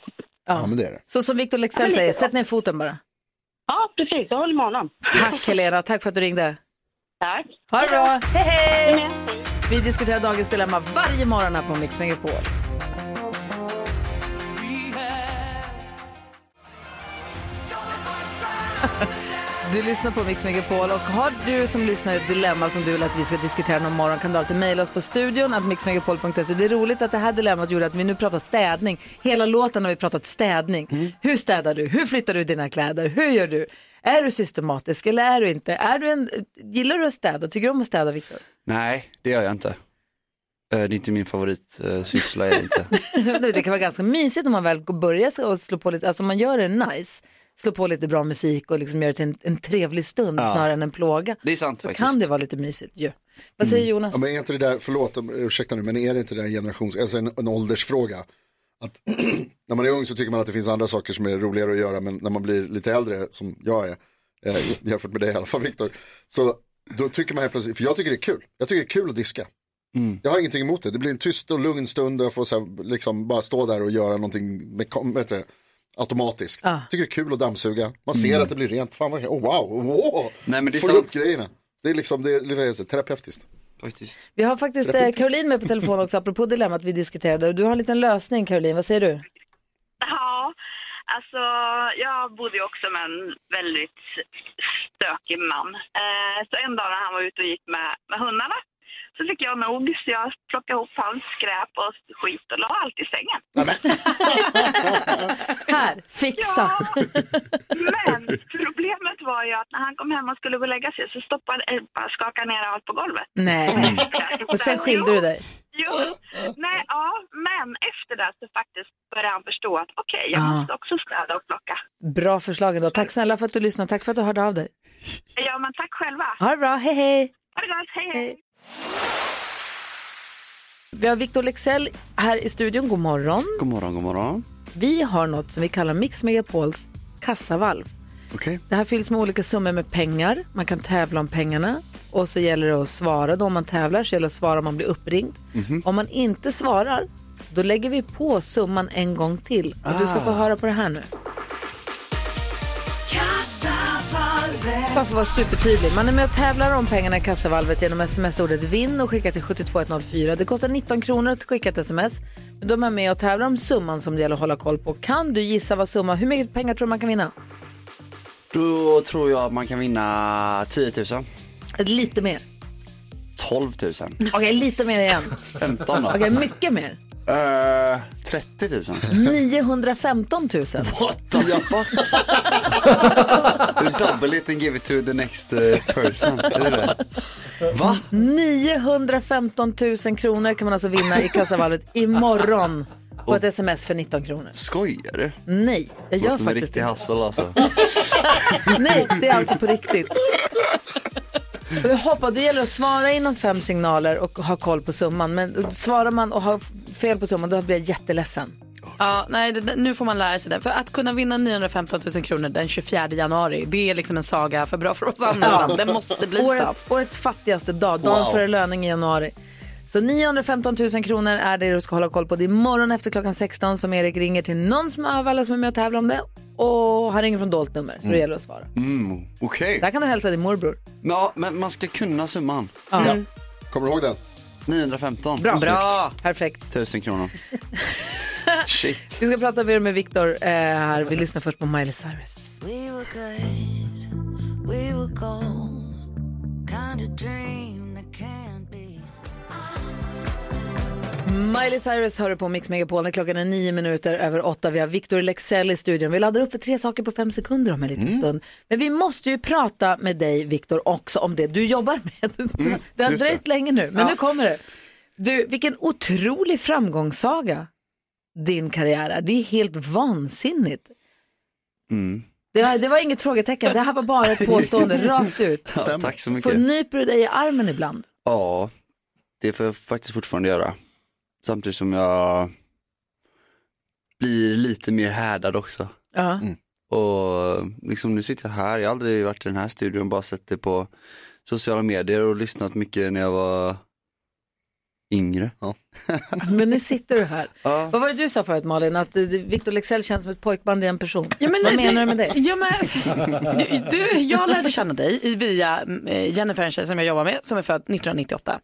Ja, men det är det. Så som Victor Leksell säger, sätt ner foten bara. Ja precis, jag håller med honom. Tack Helena, tack för att du ringde. Tack. Ha det bra, hej hej! Vi diskuterar dagens dilemma varje morgon här på Mix Megapol. Du lyssnar på Mix Megapol och har du som lyssnar ett dilemma som du vill att vi ska diskutera någon morgon kan du alltid mejla oss på studion att mixmegapol.se. Det är roligt att det här dilemmat gjorde att vi nu pratar städning. Hela låten har vi pratat städning. Mm. Hur städar du? Hur flyttar du dina kläder? Hur gör du? Är du systematisk eller är du inte? Är du en, gillar du att städa? Tycker du om att städa Viktor? nej, det gör jag inte. Eh, Det är inte min favoritsyssla, eh, är det inte. Nu, det kan vara ganska mysigt om man väl börjar och slå på lite, alltså om man gör det nice, slå på lite bra musik och liksom gör det till en, en trevlig stund Ja. snarare än en plåga. Det är sant Så faktiskt. kan det vara lite mysigt ju. Vad säger Jonas? Ja, men är inte det där, förlåt, om- ursäkta nu, men är det inte det där en generations, alltså en, en åldersfråga? Att när man är ung så tycker man att det finns andra saker som är roligare att göra, men när man blir lite äldre, som jag är, eh, jämfört med dig i alla fall Viktor, så då tycker man helt plötsligt, för jag tycker det är kul, jag tycker det är kul att diska. Jag har ingenting emot det, det blir en tyst och lugn stund och jag får så här, liksom bara stå där och göra någonting med, vad heter det, automatiskt. Ah. Jag tycker det är kul att dammsuga, man ser Mm. att det blir rent, fan vad, oh, wow, wow. Nej, men det är får sant. upp grejerna. Det är liksom, det är, det är så här, terapeutiskt. Faktiskt. Vi har faktiskt eh, Caroline med på telefon också, apropå dilemmat vi diskuterade. Du har en liten lösning Caroline, vad säger du? Ja, alltså jag bodde ju också med en väldigt stökig man. Eh, så en dag när han var ute och gick med, med hundarna Så fick jag nog, så jag plockade ihop hans skräp och skit och la allt i sängen. Här, fixa. Problemet var ju att när han kom hem och skulle gå och lägga sig så stoppade, eh, bara skakade ner allt på golvet. Nej. Och sen skilde du dig. Jo, nej, ja, men efter det så faktiskt började han förstå att okej, jag Ah. måste också städa och plocka. Bra förslag ändå. Tack snälla för att du lyssnade. Tack för att du hörde av dig. Ja, men tack själva. Ha det bra. Hej, hej. Ha det gott, hej hej. Vi har Victor Lexell här i studion. God morgon. God morgon, god morgon. Vi har något som vi kallar Mix Megapols kassavalv. Okej. Det här fylls med olika summor med pengar. Man kan tävla om pengarna. Och så gäller det att svara då om man tävlar. Så gäller det att svara om man blir uppringd. Mm. Om man inte svarar, då lägger vi på summan en gång till. Och du ska få Ah. höra på det här nu. Bara för att vara supertydlig. Man är med och tävlar om pengarna i kassavalvet genom sms-ordet vinn och skickar till 72104. Det kostar 19 kronor att skicka ett sms. Men de är med och tävlar om summan som det gäller att hålla koll på. Kan du gissa vad summa, hur mycket pengar tror du man kan vinna? Då tror jag att man kan vinna 10 000, Lite mer. 12 000, Okej, lite mer igen. 15 då. Okej, mycket mer. Eh, 30 000. Mm. 915 000. What the fuck? Double it and give it to the next eh, person. Är det det? Va? 915 000 kronor kan man alltså vinna i kassavalvet imorgon på ett sms för 19 kronor. Skojar du? Nej, jag Låter gör som en faktiskt riktig hassel alltså. Nej, det är alltså på riktigt. Och Vi hoppas, det gäller att svara inom fem signaler och ha koll på summan. Men svarar man och har fel på summan, då blir jag jätteledsen. Ja, nej, det- det, nu får man lära sig det. För att kunna vinna 915 000 kronor den 24 januari, det är liksom en saga för bra för oss andra. Det måste bli årets, stav. årets fattigaste dag, dagen Wow. före löning i januari. Så 915 000 kronor är det du ska hålla koll på. Det är imorgon efter klockan 16 som Erik ringer till någon som av alla som är med och tävlar om det. Och han ringer från dolt nummer, så det Mm. gäller att svara. Mm, okej. Där kan du hälsa din morbror. Ja, men man ska kunna summan. Ja. Kommer du ihåg den? 915. Bra. Snyggt. Perfekt. 1000 kronor. Shit. Vi ska prata mer med Viktor eh, här. Vi lyssnar först på Miley Cyrus. We were good, we were gold. Kind of dream that can't be. Miley Cyrus hör du på Mix Megapol när klockan är nio minuter över åtta. Vi har Victor Lexell i studion. Vi laddar upp för tre saker på fem sekunder om en liten Mm. stund. Men vi måste ju prata med dig, Victor, också om det du jobbar med. det har Mm, just det. dröjt länge nu, men Ja. nu kommer det. Du, vilken otrolig framgångssaga din karriär är. Det är helt vansinnigt. Mm. Det var, det var inget frågetecken, det här var bara ett påstående rakt ut. Ja, tack så mycket. Får nyper du dig i armen ibland? Ja, det får jag faktiskt fortfarande göra. Samtidigt som jag blir lite mer härdad också. Ja. Och liksom nu sitter jag här, jag har aldrig varit i den här studion, bara sett det på sociala medier och lyssnat mycket när jag var yngre. Ja. Men nu sitter du här. Ja. Vad var det du sa förut Malin, att eh, Victor Lexell känns som ett pojkband i en person? Vad menar du med det? Ja, men, du, du, jag lärde känna dig i- via eh, Jennifer, en tjej som jag jobbar med, som är född 1998.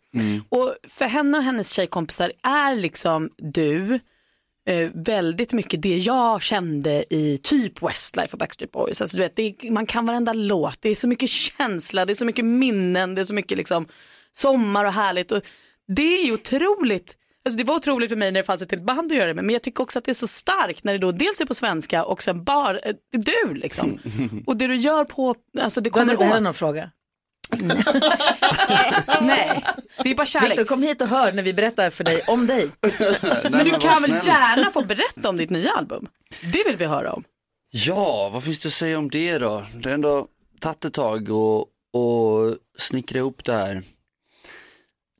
Och för henne och hennes tjejkompisar är liksom du eh, väldigt mycket det jag kände i typ Westlife och Backstreet Boys. Alltså, du vet, det är, man kan varenda låt, det är så mycket känsla, det är så mycket minnen, det är så mycket liksom, sommar och härligt. Och det är ju otroligt. Alltså det var otroligt för mig när det fanns ett helt band att göra det med men jag tycker också att det är så starkt när det då dels är på svenska och sen bara, eh, det är du liksom. Och det du gör på, alltså det Var det kommer inte heller åt. någon fråga? Nej, det är bara kärlek. Victor, kom hit och hör när vi berättar för dig om dig. Men du vad kan väl snällt. gärna få berätta om ditt nya album? Det vill vi höra om. Ja, vad finns det att säga om det då? Det har ändå tagit ett tag och, och snickra ihop det här.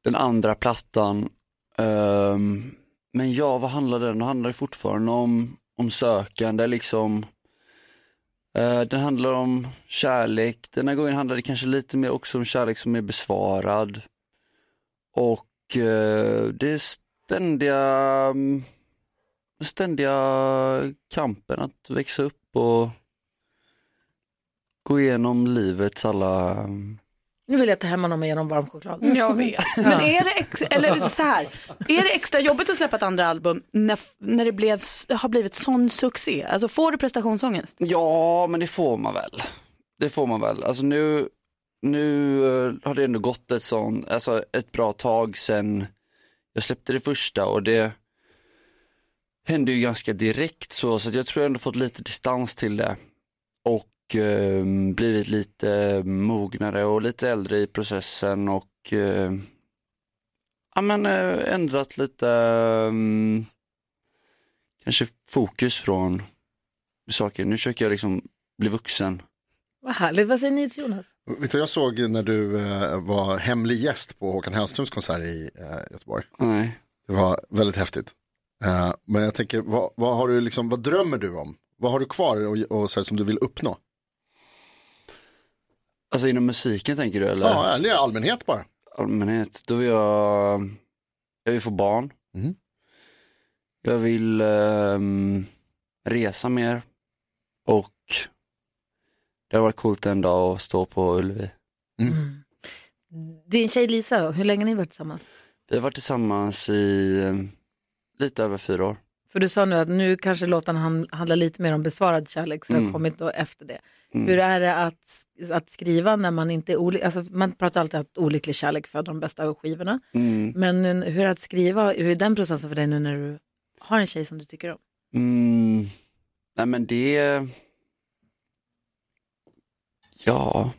Den andra plattan. ehm, men ja, vad handlar den? Den handlar fortfarande om, om sökande liksom. Eh, den handlar om kärlek. Den här gången handlar det kanske lite mer också om kärlek som är besvarad. Och eh, det är ständiga mm, den ständiga kampen att växa upp och gå igenom livets alla... Nu vill jag ta hem honom genom varm choklad. Mm, Jag vet. Men är det, ex- eller så här, är det extra jobbigt att släppa ett andra album när, f- när det blev, s- har blivit sån succé? Alltså får du prestationsångest? Ja, men det får man väl. Det får man väl. Alltså nu nu eh, har det ändå gått ett sån, alltså ett bra tag sen jag släppte det första och det hände ju ganska direkt så, så att jag tror jag ändå fått lite distans till det och eh, blivit lite mognare och lite äldre i processen och eh, ja, men, eh, ändrat lite mm, kanske fokus från saker. Nu försöker jag liksom bli vuxen. Vad härligt. Vad säger ni till Jonas? Vet du, jag såg när du eh, var hemlig gäst på Håkan Hellströms konsert i eh, Göteborg. Nej. Det var väldigt häftigt. Eh, men jag tänker, vad, vad, har du liksom, vad drömmer du om? Vad har du kvar och, och, så här, som du vill uppnå? Alltså inom musiken tänker du eller? Ja, eller i allmänhet bara. allmänhet, då vill jag, jag vill få barn. Mhm. Jag vill ehm, resa mer och det har varit coolt en dag att stå på Ullevi. Mm. Din tjej Lisa, hur länge har ni varit tillsammans? Vi har varit tillsammans i ehm, lite över fyra år. För du sa nu att nu kanske låten han- handlar lite mer om besvarad kärlek, så det har Mm. kommit då efter det. Mm. Hur är det att, att skriva när man inte är olycklig? Alltså, man pratar alltid att olycklig kärlek föder de bästa skivorna. Mm. Men nu, hur är det att skriva, hur är den processen för dig nu när du har en tjej som du tycker om? Mm. Nej men det, ja,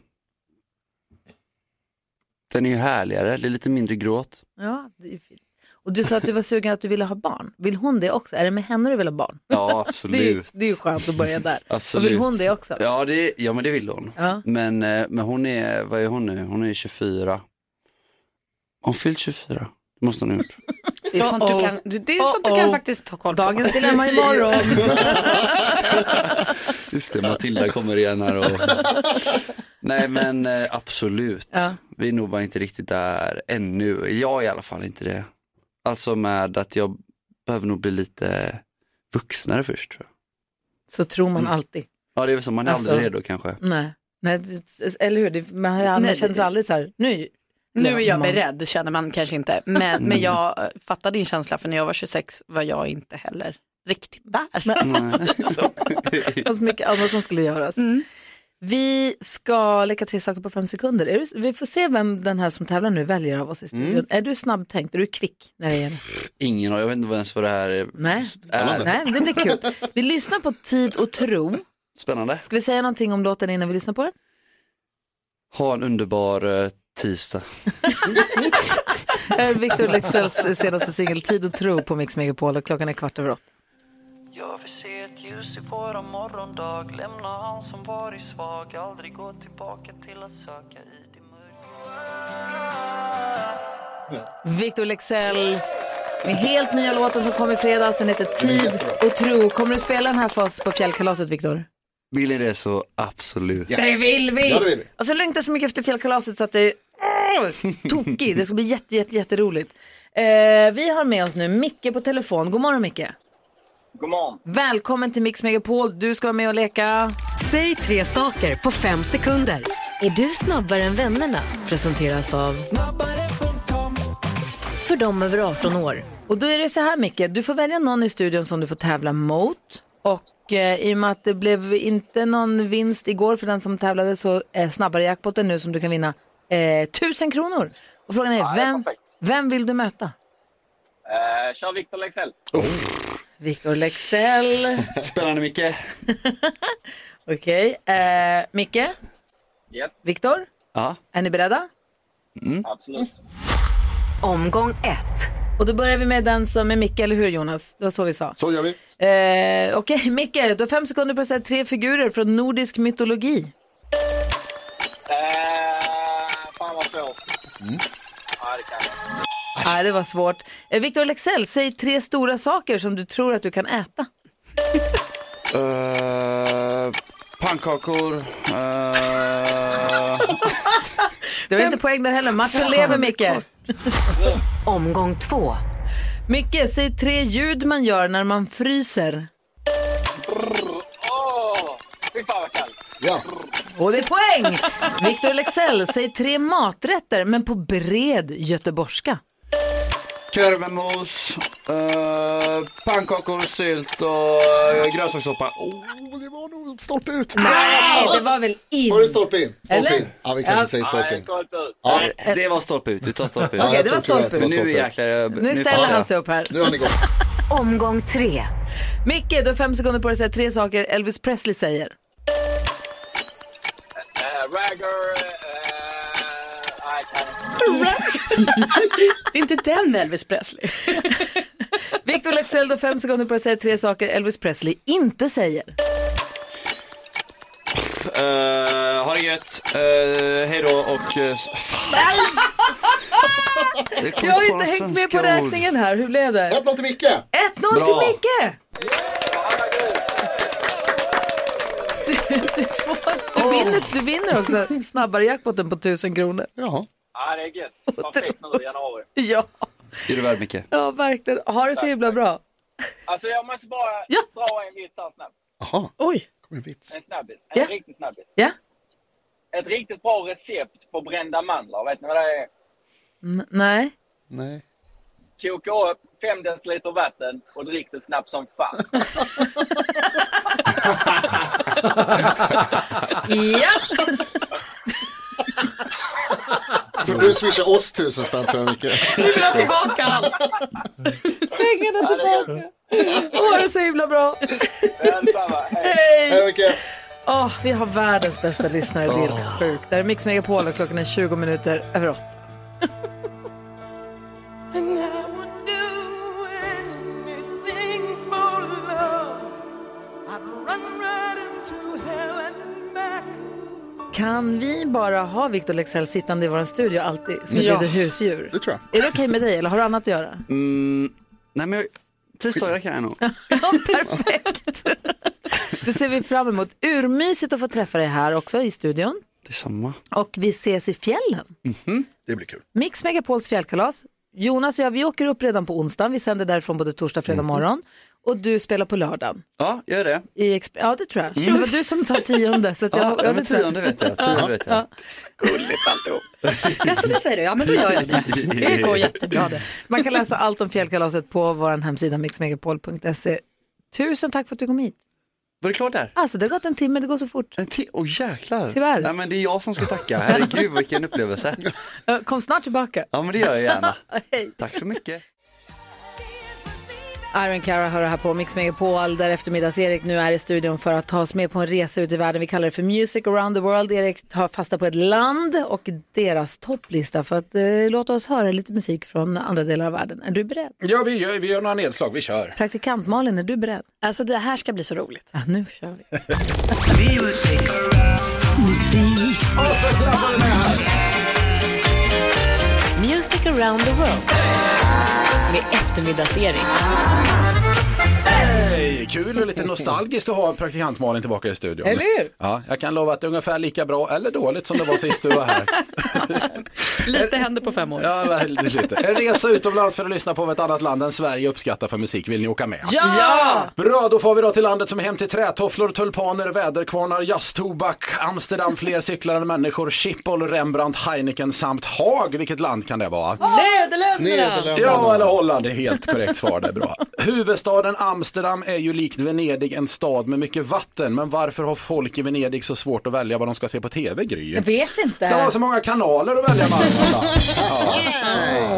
den är ju härligare, det är lite mindre gråt. Ja, det är fint. Och du sa att du var sugen att du ville ha barn. Vill hon det också? Är det med henne du vill ha barn? Ja, Det är, ju- absolut. det är ju skönt att börja där. Absolut. Och vill hon det också? Ja, det, ja men det vill hon. Ja. Men, eh, men hon är, vad är hon nu? Hon är 24. Hon fyllt 24. Det måste hon ha gjort. Det är sånt, du, kan, det är sånt du kan faktiskt ta koll på. Dagens dilemma imorgon. Just det, Matilda kommer igen här och... Nej men eh, absolut. Ja. Vi är nog bara inte riktigt där ännu. Jag är i alla fall inte det. Alltså med att jag behöver nog bli lite vuxnare först tror jag. Så tror man alltid. Mm. Ja det är väl så, man är Alltså- aldrig redo kanske. Nej. Nej, det- eller hur? Det, man, man Nej, känns det- aldrig så här, nu, Nu är jag man- beredd, känner man kanske inte. Men, Mm. men jag eh, fattar din känsla, för när jag var 26 var jag inte heller riktigt där. Så. Och så mycket annat som skulle göras. Mm. Vi ska leka tre saker på fem sekunder. Är du, vi får se vem den här som tävlar nu väljer av oss i studion. Mm. Är du snabbtänkt? Är du kvick? När det gäller? Ingen har, jag vet inte vad ens vad det här är. Nej. är. Nej, men det blir kul. Vi lyssnar på Tid och tro. Spännande. Ska vi säga någonting om låten innan vi lyssnar på den? Ha en underbar eh, tisdag. Här är Victor Leksells senaste singel Tid och tro på Mix Megapol och klockan är kvart över åtta. Jag vill se ett ljus i våran morgondag Lämna han som varit svag Aldrig gå tillbaka till att söka i det mörka Victor Lexell med helt nya låten som kom i fredags. Den heter Tid och tro. Kommer du spela den här för oss på fjällkalaset, Victor? Vill ni det så absolut. Det vill vi! Och så längtar jag så mycket efter fjällkalaset så att det är Åh, tokig. Det ska bli jätte, jätte, jätteroligt. Eh, vi har med oss nu Micke på telefon. God morgon Micke! God morgon. Välkommen till Mix Megapol. Du ska vara med och leka. Säg tre saker på fem sekunder. Är du snabbare än vännerna? Presenteras av För dem över 18 år. Och då är det så här Micke, du får välja någon i studion som du får tävla mot. Och eh, i och med att det blev inte någon vinst igår för den som tävlade så är snabbare jackpotten nu som du kan vinna eh, 1000 kronor. Och frågan är, Ja, det är vem, vem vill du möta? Eh, kör Victor Lexell. Victor Lexell. Spännande Micke. Okej, eh, Micke, Yes. Viktor, Ja. är ni beredda? Mm. Absolut. Omgång ett. Och då börjar vi med den som är Micke, eller hur Jonas? Det var så vi sa. Så gör vi. Eh, Okej, Micke, du har fem sekunder på dig att säga tre figurer från nordisk mytologi. Eh, fan vad svårt. Mm. Ja, det kan jag. Nej, det var svårt. Eh, Victor Lexell, säg tre stora saker som du tror att du kan äta. Eh, pannkakor. eh, Det var inte poäng där heller. Matchen lever, Micke. Omgång två. Micke, säg tre ljud man gör när man fryser. Åh, fy fan vad kallt. Ja. Och det är poäng! Victor Lexell, säg tre maträtter, men på bred göteborgska. Körvemos, eh, pannkakor, sylt och eh, grönsakssoppa. Oh. det var nog stolpe ut. Nej, det var väl in. Var det stolpe in? Stolpe Eller? in. Ja, vi kanske säger stolpe in. Ja. Nej, Eh, det var stolpe ut. Vi tar stolpe ut. Okej, det var stolpe ut. Nu jäklar. jag- Nu ställer fattar han jag. sig upp här. Nu har ni gått. Omgång tre. Micke, du har fem sekunder på dig att säga tre saker Elvis Presley säger. Eh, Ragger... eh, Det är inte den Elvis Presley. Victor Lexell, du har fem sekunder på dig att säga tre saker Elvis Presley inte säger. Eh, ha det gött. Uh, hej då och... eh, fan. Jag kom Jag har på inte hängt några med på svenska ord. räkningen här. Hur blev det? 1-0 till Micke. 1-0 till Bra. Micke! Du, du, får, du, vinner, du vinner också snabbare jackpotten på 1000 kronor. Ja. Ja, det är gött. Vad fint nu i januari. Ja, Är du värd, Micke? ja verkligen. Ha det så himla bra. Alltså jag måste bara dra en vits här snabbt. Jaha. Oj. En snabbis. En Ja. riktig snabbis. Ja. Ett riktigt bra recept på brända mandlar. Vet ni vad det är? N- nej. Nej. Koka upp 5 deciliter vatten och drick det snabbt som fan. ja! Får du swisha oss tusen spänn tror jag Micke. Tillbaka allt. Pengarna tillbaka. Ha det så himla bra. Hej! Åh, vi har världens bästa lyssnare. Det är helt sjukt. Det här är Mix Megapol och klockan är 20 minuter över 8. Kan vi bara ha Victor Lexell sittande i vår studio alltid som ett Ja. litet husdjur? Det tror jag. Är det okej med dig eller har du annat att göra? Mm, nej men jag, tisdagar kan jag nog. Det ser vi fram emot. Urmysigt att få träffa dig här också i studion. Detsamma. Och vi ses i fjällen. Mhm. Det blir kul. Mix Megapols fjällkalas. Jonas och jag, vi åker upp redan på onsdagen. Vi sänder därifrån både torsdag och Mm. fredag morgon. Och du spelar på lördagen. Ja, gör det. I exp- ja, det tror jag. Mm. Det var du som sa tionde. Så att jag, Ja, jag men tionde vet jag. Tionde vet jag. Gulligt alltihop. Jaså, det säger du? Ja, men då gör jag det. Det går jättebra det. Man kan läsa allt om fjällkalaset på vår hemsida mixmegapol.se. Tusen tack för att du kom hit. Var det klart där? Alltså, det har gått en timme, det går så fort. En timme? Åh jäklar. Tyvärr. Nej, men det är jag som ska tacka. Herregud vilken upplevelse. Eh, Kom snart tillbaka. Ja men det gör jag gärna. Hej. Tack så mycket. Iron Cara hör här på Mix Megapol där eftermiddags-Erik nu är i studion för att ta oss med på en resa ut i världen. Vi kallar det för Music around the world. Erik tar fasta på ett land och deras topplista för att eh, låta oss höra lite musik från andra delar av världen. Är du beredd? Ja, vi gör, vi gör några nedslag. Vi kör. Praktikant Malin, är du beredd? Alltså det här ska bli så roligt. Ja, nu kör vi. Music around the world med eftermiddagsserie. Hej! Kul och lite nostalgiskt att ha praktikant Malin tillbaka i studion. Eller hur? Ja, jag kan lova att det är ungefär lika bra eller dåligt som det var sist du var här. Lite händer på fem år. Ja, väldigt lite. En resa utomlands för att lyssna på vad ett annat land än Sverige uppskattar för musik. Vill ni åka med? Ja! Ja! Bra, då får vi då till landet som är hem till trätofflor, tulpaner, väderkvarnar, jazztobak, Amsterdam, fler cyklar än människor, Schiphol, Rembrandt, Heineken samt Haag. Vilket land kan det vara? Nederländerna! Ja, eller Holland är helt korrekt svar, det är bra. Huvudstaden Amsterdam är ju likt Venedig en stad med mycket vatten, men varför har folk i Venedig så svårt att välja vad de ska se på tv, Gry? Jag vet inte. Det var så många kanaler att välja mellan. Ja,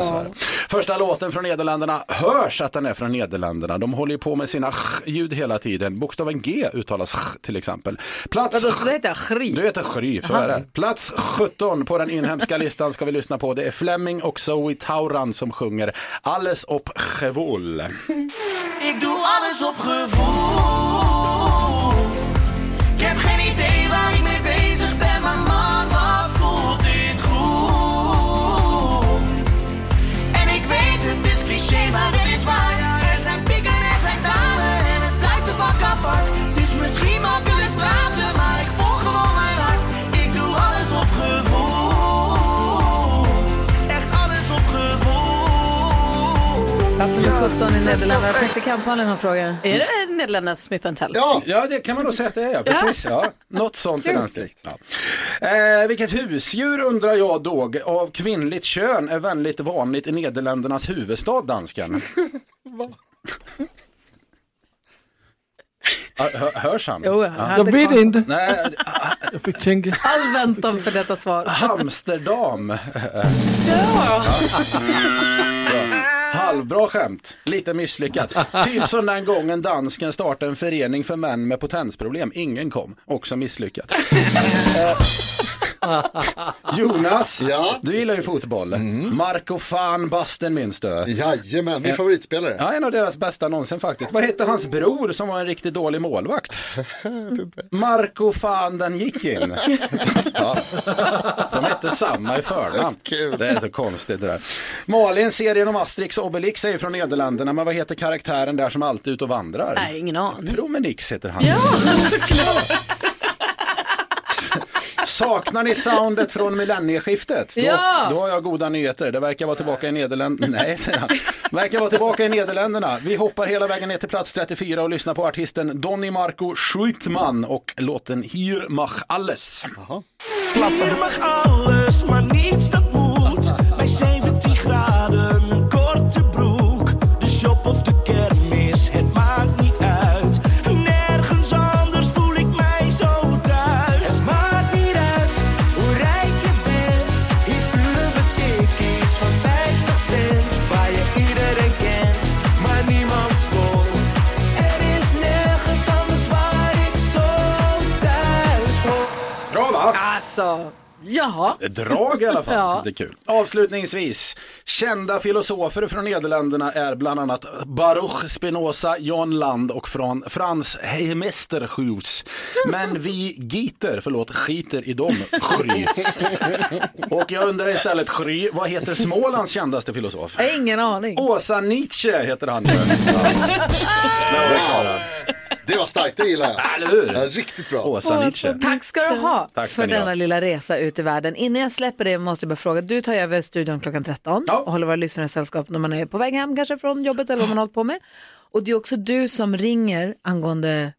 så är det. Första låten från Nederländerna hörs att den är från Nederländerna. De håller ju på med sina ljud hela tiden. Bokstaven G uttalas ch, till exempel. Plats Vadå, så det heter Schry? Du Alltså, heter Schry, så Aha. är det. Plats 17 på den inhemska listan ska vi lyssna på. Det är Flemming och Zoe Tauran som sjunger Alles op Chevol. Ik doe alles op gevoel. Ik heb geen idee waar ik mee bezig ben, maar man, wat voelt dit goed? En ik weet, het is cliché, maar het is waar. Er zijn pieken, er zijn dalen en het blijft een vak apart. Het is misschien makkelijk praten, maar ik volg gewoon mijn hart. Ik doe alles op gevoel. Echt alles op gevoel. Alltså, Plats nummer 17 i Nederländerna. Praktikant Malin har en fråga. Är det en Nederländernas Smith Tell? Ja. ja, det kan man nog säga att det är. Ja. Precis, ja. Något sånt i den stilen. Ja. Eh, vilket husdjur undrar jag då av kvinnligt kön är väldigt vanligt i Nederländernas huvudstad, dansken? Hör- hör- Hörs han? Jo, han hade Jag vet kvar- inte. Nej, Jag fick tänka. All väntan för detta svar. Hamsterdam. Ja. Mm, Halvbra skämt, lite misslyckat. Typ som den gången dansken startade en förening för män med potensproblem. Ingen kom, också misslyckat. Eh, Jonas, du gillar ju fotboll. Marco van Basten minns du. Mm. Eh, Jajamän, min favoritspelare. Ja, en av deras bästa någonsin faktiskt. Vad hette hans bror som var en riktigt dålig målvakt? Marco van den gick in. Ja. Som hette samma i förnamn. Det är så konstigt det där. Malin, serien om Asterix och Obelix är ju från Nederländerna, men vad heter karaktären där som alltid är ute och vandrar? Nej, ingen aning. Promenix heter han. Ja, såklart! Saknar ni soundet från millennieskiftet? Då, Ja! då har jag goda nyheter. Det verkar vara tillbaka i Nederländerna. Nej, säger han. Verkar vara tillbaka i Nederländerna. Vi hoppar hela vägen ner till plats 34 och lyssnar på artisten Donny Marco Schuitman och låten Hier mach alles. Hier mag alles, maar niets dat moet. Bij 17 graden, een korte broek. De shop of de kermis, het maakt niet uit. Nergens anders voel ik mij zo thuis. Het maakt niet uit hoe rijk je bent. Hier sturen we tikkies van 50 cent. Waar je iedereen kent, maar niemand stolt. Er is nergens anders waar ik zo thuis hoor. Bra va? Alltså, jaha. Ett Drag i alla fall, Ja. det är kul. Avslutningsvis, kända filosofer från Nederländerna är bland annat Baruch Spinoza, Jan Land och från Frans Heimesterhuis. Men vi giter, förlåt, skiter i dem, Schry. Och jag undrar istället, Schry, vad heter Smålands kändaste filosof? Jag har ingen aning. Åsa Nietzsche heter han. ju. Det var starkt, det gillar jag. Eller hur? riktigt bra. Åsa Nietzsche. Tack ska du ha Tack ska för ni ha. denna lilla resa ut i världen. Innan jag släpper det måste jag bara fråga, du tar ju över studion klockan 13 och håller våra lyssnare i sällskap när man är på väg hem kanske från jobbet eller vad man har hållit på med. Och det är också du som ringer angående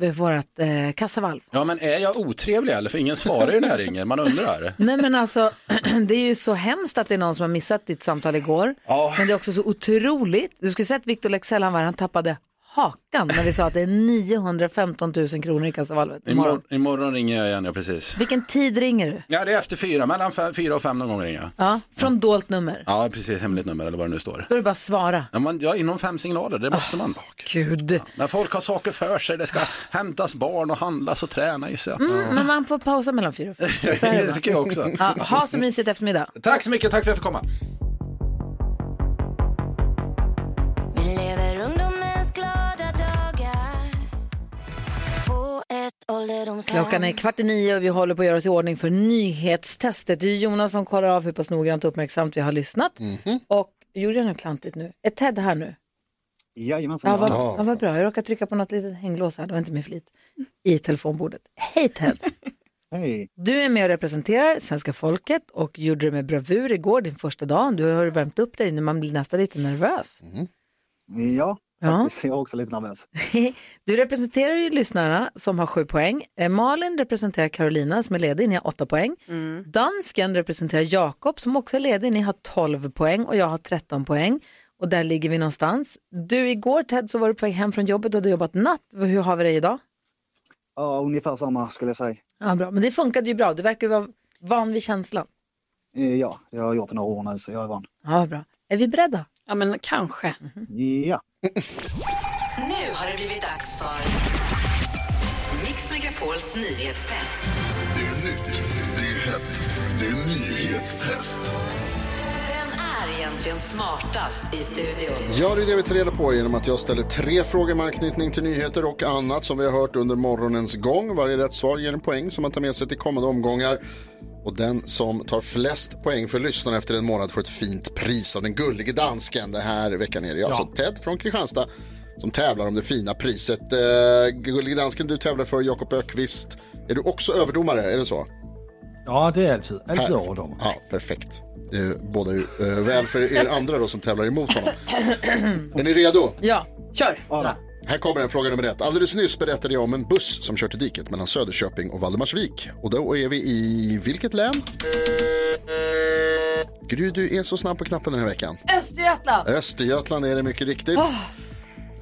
eh, vårat eh, kassavalv. Ja, men är jag otrevlig eller? För ingen svarar ju när jag ringer, man undrar. Nej men alltså, det är ju så hemskt att det är någon som har missat ditt samtal igår. Men det är också så otroligt. Du skulle sett Victor Lexell, han, var, han tappade hakan när vi sa att det är 915 000 kronor i kassavalvet imorgon. Imorgon, imorgon ringer jag igen, ja precis. Vilken tid ringer du? Ja, det är efter fyra, mellan fem, fyra och fem någon gång ringer jag. Ja, från dolt nummer. Ja, precis. Hemligt nummer eller vad det nu står. Då är det bara att svara. Ja, man, ja, inom fem signaler, det måste man. Ah, Gud. Ah. När folk har saker för sig, det ska hämtas barn och handlas och träna i sig. Mm, men man får pausa mellan fyra och fem. Så är det Det va? tycker jag också. Ja, ha så mysigt eftermiddag. Tack så mycket, tack för att jag fick komma. Vi lever ungdomens glada dagar på ett ålderdomshem Klockan är kvart i nio och vi håller på att göra oss i ordning för nyhetstestet. Det är Jonas som kollar av hur pass noggrant och uppmärksamt vi har lyssnat. Mhm. Och gjorde jag något klantigt nu? Är Ted här nu? Jajamensan. Ja, vad, ja, vad bra. Jag råkade trycka på något litet hänglås här, det var inte min flit. I telefonbordet. Hej Ted! Hej. Du är med och representerar svenska folket och gjorde det med bravur igår, din första dag. Du har värmt upp dig, man blir nästan lite nervös. Ja, Ja. faktiskt. Jag är också lite nervös. Du representerar ju lyssnarna som har sju poäng. Eh, Malin representerar Carolina som är ledig, ni har åtta poäng. Mm. Dansken representerar Jakob som också är ledig, ni har 12 poäng och jag har 13 poäng. Och där ligger vi någonstans. Du, igår Ted så var du på väg hem från jobbet och du har jobbat natt. Hur har vi det idag? Ja, ungefär samma skulle jag säga. Ja, bra. Men det funkade ju bra, du verkar ju vara van vid känslan. Eh, Ja, jag har gjort det några år nu så jag är van. Ja, bra. Är vi beredda? Ja, men Mm, kanske. Mm-hmm. Ja. Nu har det blivit dags för Mix Megapols nyhetstest. Det är nytt, det är hett, det är nyhetstest. Vem är egentligen smartast i studion? Ja, det är det vi tar reda på genom att jag ställer tre frågor med anknytning till nyheter och annat som vi har hört under morgonens gång. Varje rätt svar ger en poäng som man tar med sig till kommande omgångar. Och den som tar flest poäng för lyssnarna efter en månad får ett fint pris av den gullige dansken. Det här veckan är det alltså Ted från Kristianstad som tävlar om det fina priset. Eh, gullige dansken, du tävlar för Jakob Ökvist. Är du också överdomare? Är det så? Ja, det är alltid. Alltid Här. överdomare. Ja, perfekt. Det båda ju eh, väl för er andra då som tävlar emot honom. Är ni redo? Ja, kör! Ja. Här kommer en fråga nummer ett. Alldeles nyss berättade jag om en buss som kört i diket mellan Söderköping och Valdemarsvik. Och då är vi i vilket län? Gry, du är så snabb på knappen den här veckan. Östergötland. Eh, Östergötland är det mycket riktigt. Ah.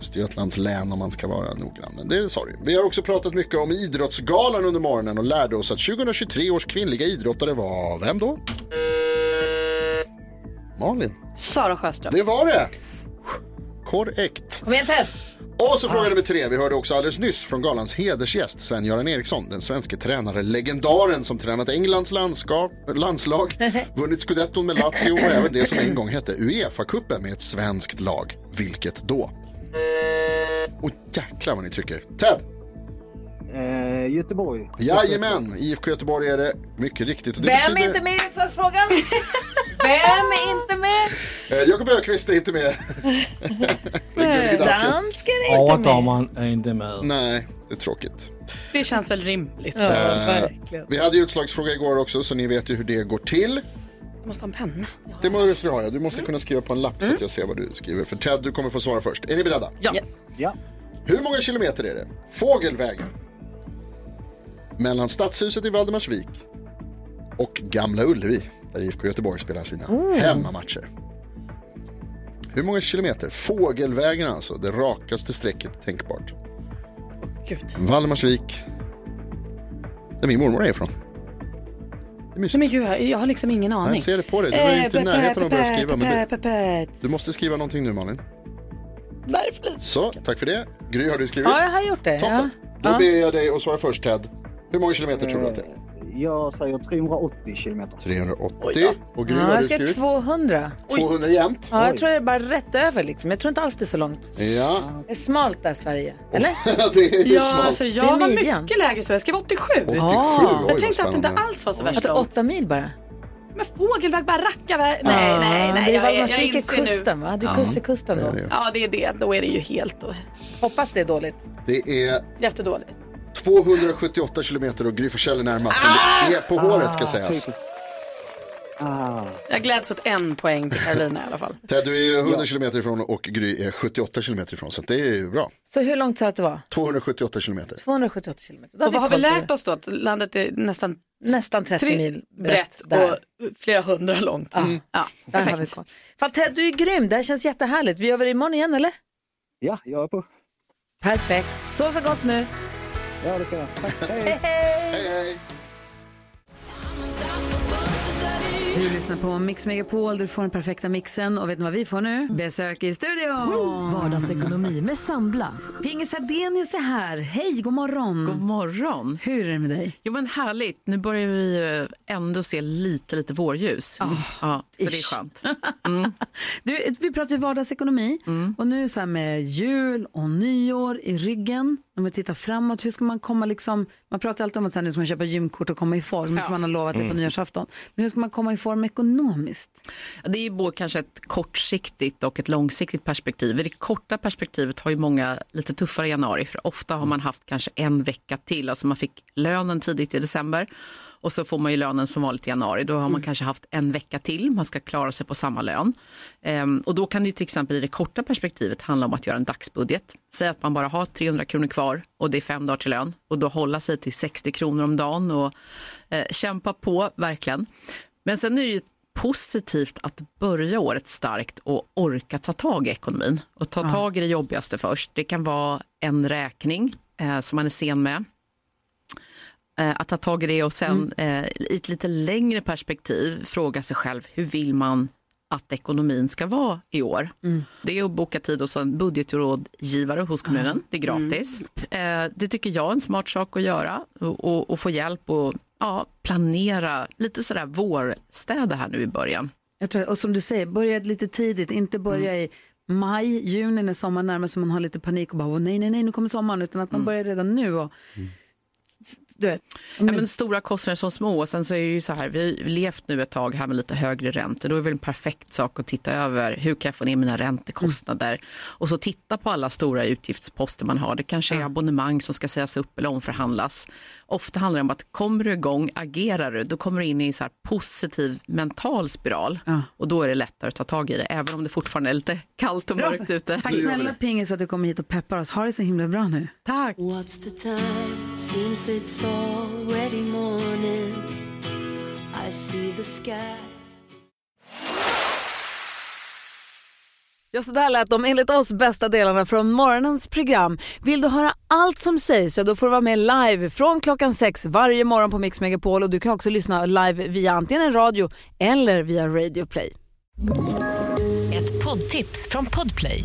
Östergötlands län om man ska vara noggrann. Men det är sorry. Vi har också pratat mycket om Idrottsgalan under morgonen och lärde oss att 2023 års kvinnliga idrottare var vem då? Malin. Sara Sjöström. Det var det. Korrekt. Kom igen Ted. Ah. Och så fråga nummer tre. Vi hörde också alldeles nyss från galans hedersgäst Sven-Göran Eriksson, den svenske tränare, legendaren som tränat Englands landskap, landslag, vunnit scudetton med Lazio och även det som en gång hette Uefa-cupen med ett svenskt lag. Vilket då? Och jäklar vad ni trycker. Ted! Eh, Göteborg. Jajamän, IFK Göteborg är det. Mycket riktigt. Och det Vem är betyder- inte med i utslagsfrågan? Vem är inte med? Eh, Jakob Ökvist är inte med. gullige dansken. Dansken är inte med. Overdommeren er inte med. Nej, det är tråkigt. Det känns väl rimligt. Eh, vi hade ju utslagsfråga igår också, så ni vet ju hur det går till. Jag måste ha en penna. Det måste du ha, ja. Du Mm. måste kunna skriva på en lapp så att jag ser vad du skriver. För Ted, du kommer få svara först. Är ni beredda? Ja. Ja. Hur många kilometer är det? Fågelvägen. Mellan Stadshuset i Valdemarsvik och Gamla Ullevi, där IFK Göteborg spelar sina Mm. hemmamatcher. Hur många kilometer? Fågelvägen alltså, det rakaste strecket tänkbart. Gud. Valdemarsvik, där min mormor är ifrån. Nej, men gud, jag- jag har liksom ingen aning. Jag ser det på dig, du var ju inte i Eh, närheten av att börja skriva, men det- pe- pe- pe- Du måste skriva någonting nu Malin. Nej, förlåt. Så, tack för det. Gry, har du skrivit? Ja, jag har gjort det. Ja. Toppen. Då Ja. Eh. ber jag dig att svara först Ted. Hur många kilometer tror du att det är? Jag säger 380 kilometer. 380. Typ. Och Gry, vad Ja, har jag du ska skrivit? 200. 200 jämt? Ja, jag tror jag är bara rätt över liksom. Jag tror inte alls det är så långt. Ja. Det är smalt där Sverige, eller? det är Ja, alltså jag Det är var midjan. mycket lägre så. Jag skrev 87. 87, oj, jag vad tänkte att det inte spännande. alls var så Att värst det är långt. Alltså, åtta mil bara. Men fågelväg, bara racka. Nej, Ah. nej, nej. nej. det jag, är jag, jag Valdemarsvik är inser kusten, nu. va? Det är kust till kusten då. Ja, det är det. Då är det ju helt... Då. Hoppas det är dåligt. Det är Jättedåligt. 278 kilometer och Gry Forssell är närmast. Men det är på håret ska sägas. Jag gläds åt en poäng till Carolina i alla fall. Ted, du är ju 100 kilometer ifrån och Gry är 78 kilometer ifrån. Så det är ju bra. Så hur långt sa du att det var? 278 kilometer. 278 kilometer. Då Och vad har vi koll på lärt oss då? Att landet är nästan, Nästan 30 tre- mil brett brett där. och flera hundra långt. Mm. Ja, det. Där har vi perfekt. koll. Fan Ted, du är grym. Det här känns jättehärligt. Vi gör väl det imorgon igen, eller? Ja, jag är på. Perfekt. Så så gott nu. Ja, det ska jag. Tack. Hej, hej. hej. Du lyssnar på Mix Megapol, du får den perfekta mixen och vet ni vad vi får nu? Besök i studion! Vardagsekonomi med Sambla. Pingis Hadenius är här. Hej, god morgon! God morgon! Hur är det med dig? Jo men härligt, nu börjar vi eh, ändå se lite, lite vårljus. ja, så det är ish. skönt. Mm. Du, vi pratar ju vardagsekonomi och nu så här med jul och nyår i ryggen. Om vi tittar framåt, hur ska man komma liksom, man pratar ju alltid om att så här, nu ska man köpa gymkort och komma i form, för man har lovat det på Mm. nyårsafton. Men hur ska man komma i form ekonomiskt? Ja, Det är ju både kanske ett kortsiktigt och ett långsiktigt perspektiv. Det korta perspektivet har ju många lite tuffare i januari för ofta har man haft kanske en vecka till. Alltså man fick lönen tidigt i december och så får man ju lönen som vanligt i januari. Då har man kanske haft en vecka till. Man ska klara sig på samma lön. Ehm, och då kan det ju till exempel i det korta perspektivet handla om att göra en dagsbudget. Säg att man bara har 300 kronor kvar och det är fem dagar till lön och då hålla sig till 60 kronor om dagen och eh, kämpa på verkligen. Men sen är det ju positivt att börja året starkt och orka ta tag i ekonomin och ta tag i det jobbigaste först. Det kan vara en räkning eh, som man är sen med. Eh, att ta tag i det och sen eh, i ett lite längre perspektiv fråga sig själv hur vill man att ekonomin ska vara i år. Det är att boka tid hos en budgetrådgivare hos kommunen. Det är gratis. Eh, det tycker jag är en smart sak att göra och, och, och få hjälp och ja, planera lite sådär vårstäda här nu i början. Jag tror, och som du säger, börja lite tidigt, inte börja i maj, juni när Mm. sommaren närmar sig och man har lite panik och bara "Åh, nej, nej, nej, nu kommer sommaren, utan att man börjar redan nu och s- du vet. Ja, men stora kostnader som små. Och sen så är det ju så här, vi har ju levt nu ett tag här med lite högre räntor. Då är det väl en perfekt sak att titta över. Hur kan jag få ner mina räntekostnader? Mm. Och så titta på alla stora utgiftsposter man har. Det kanske är abonnemang som ska sägas upp eller omförhandlas. Ofta handlar det om att kommer du igång, agerar du, då kommer du in i en så här positiv mental spiral. Och då är det lättare att ta tag i det, även om det fortfarande är lite kallt och mörkt ute. Tack snälla Pingis för att du kommer hit och peppar oss. Ha det så himla bra nu. Tack. What's the time? Seems it's already morning. I see the sky. Ja, så där lät de enligt oss bästa delarna från morgonens program. Vill du höra allt som sägs så då får du vara med live från klockan sex varje morgon på Mix Megapol och du kan också lyssna live via antingen radio eller via Radio Play. Ett poddtips från Podplay.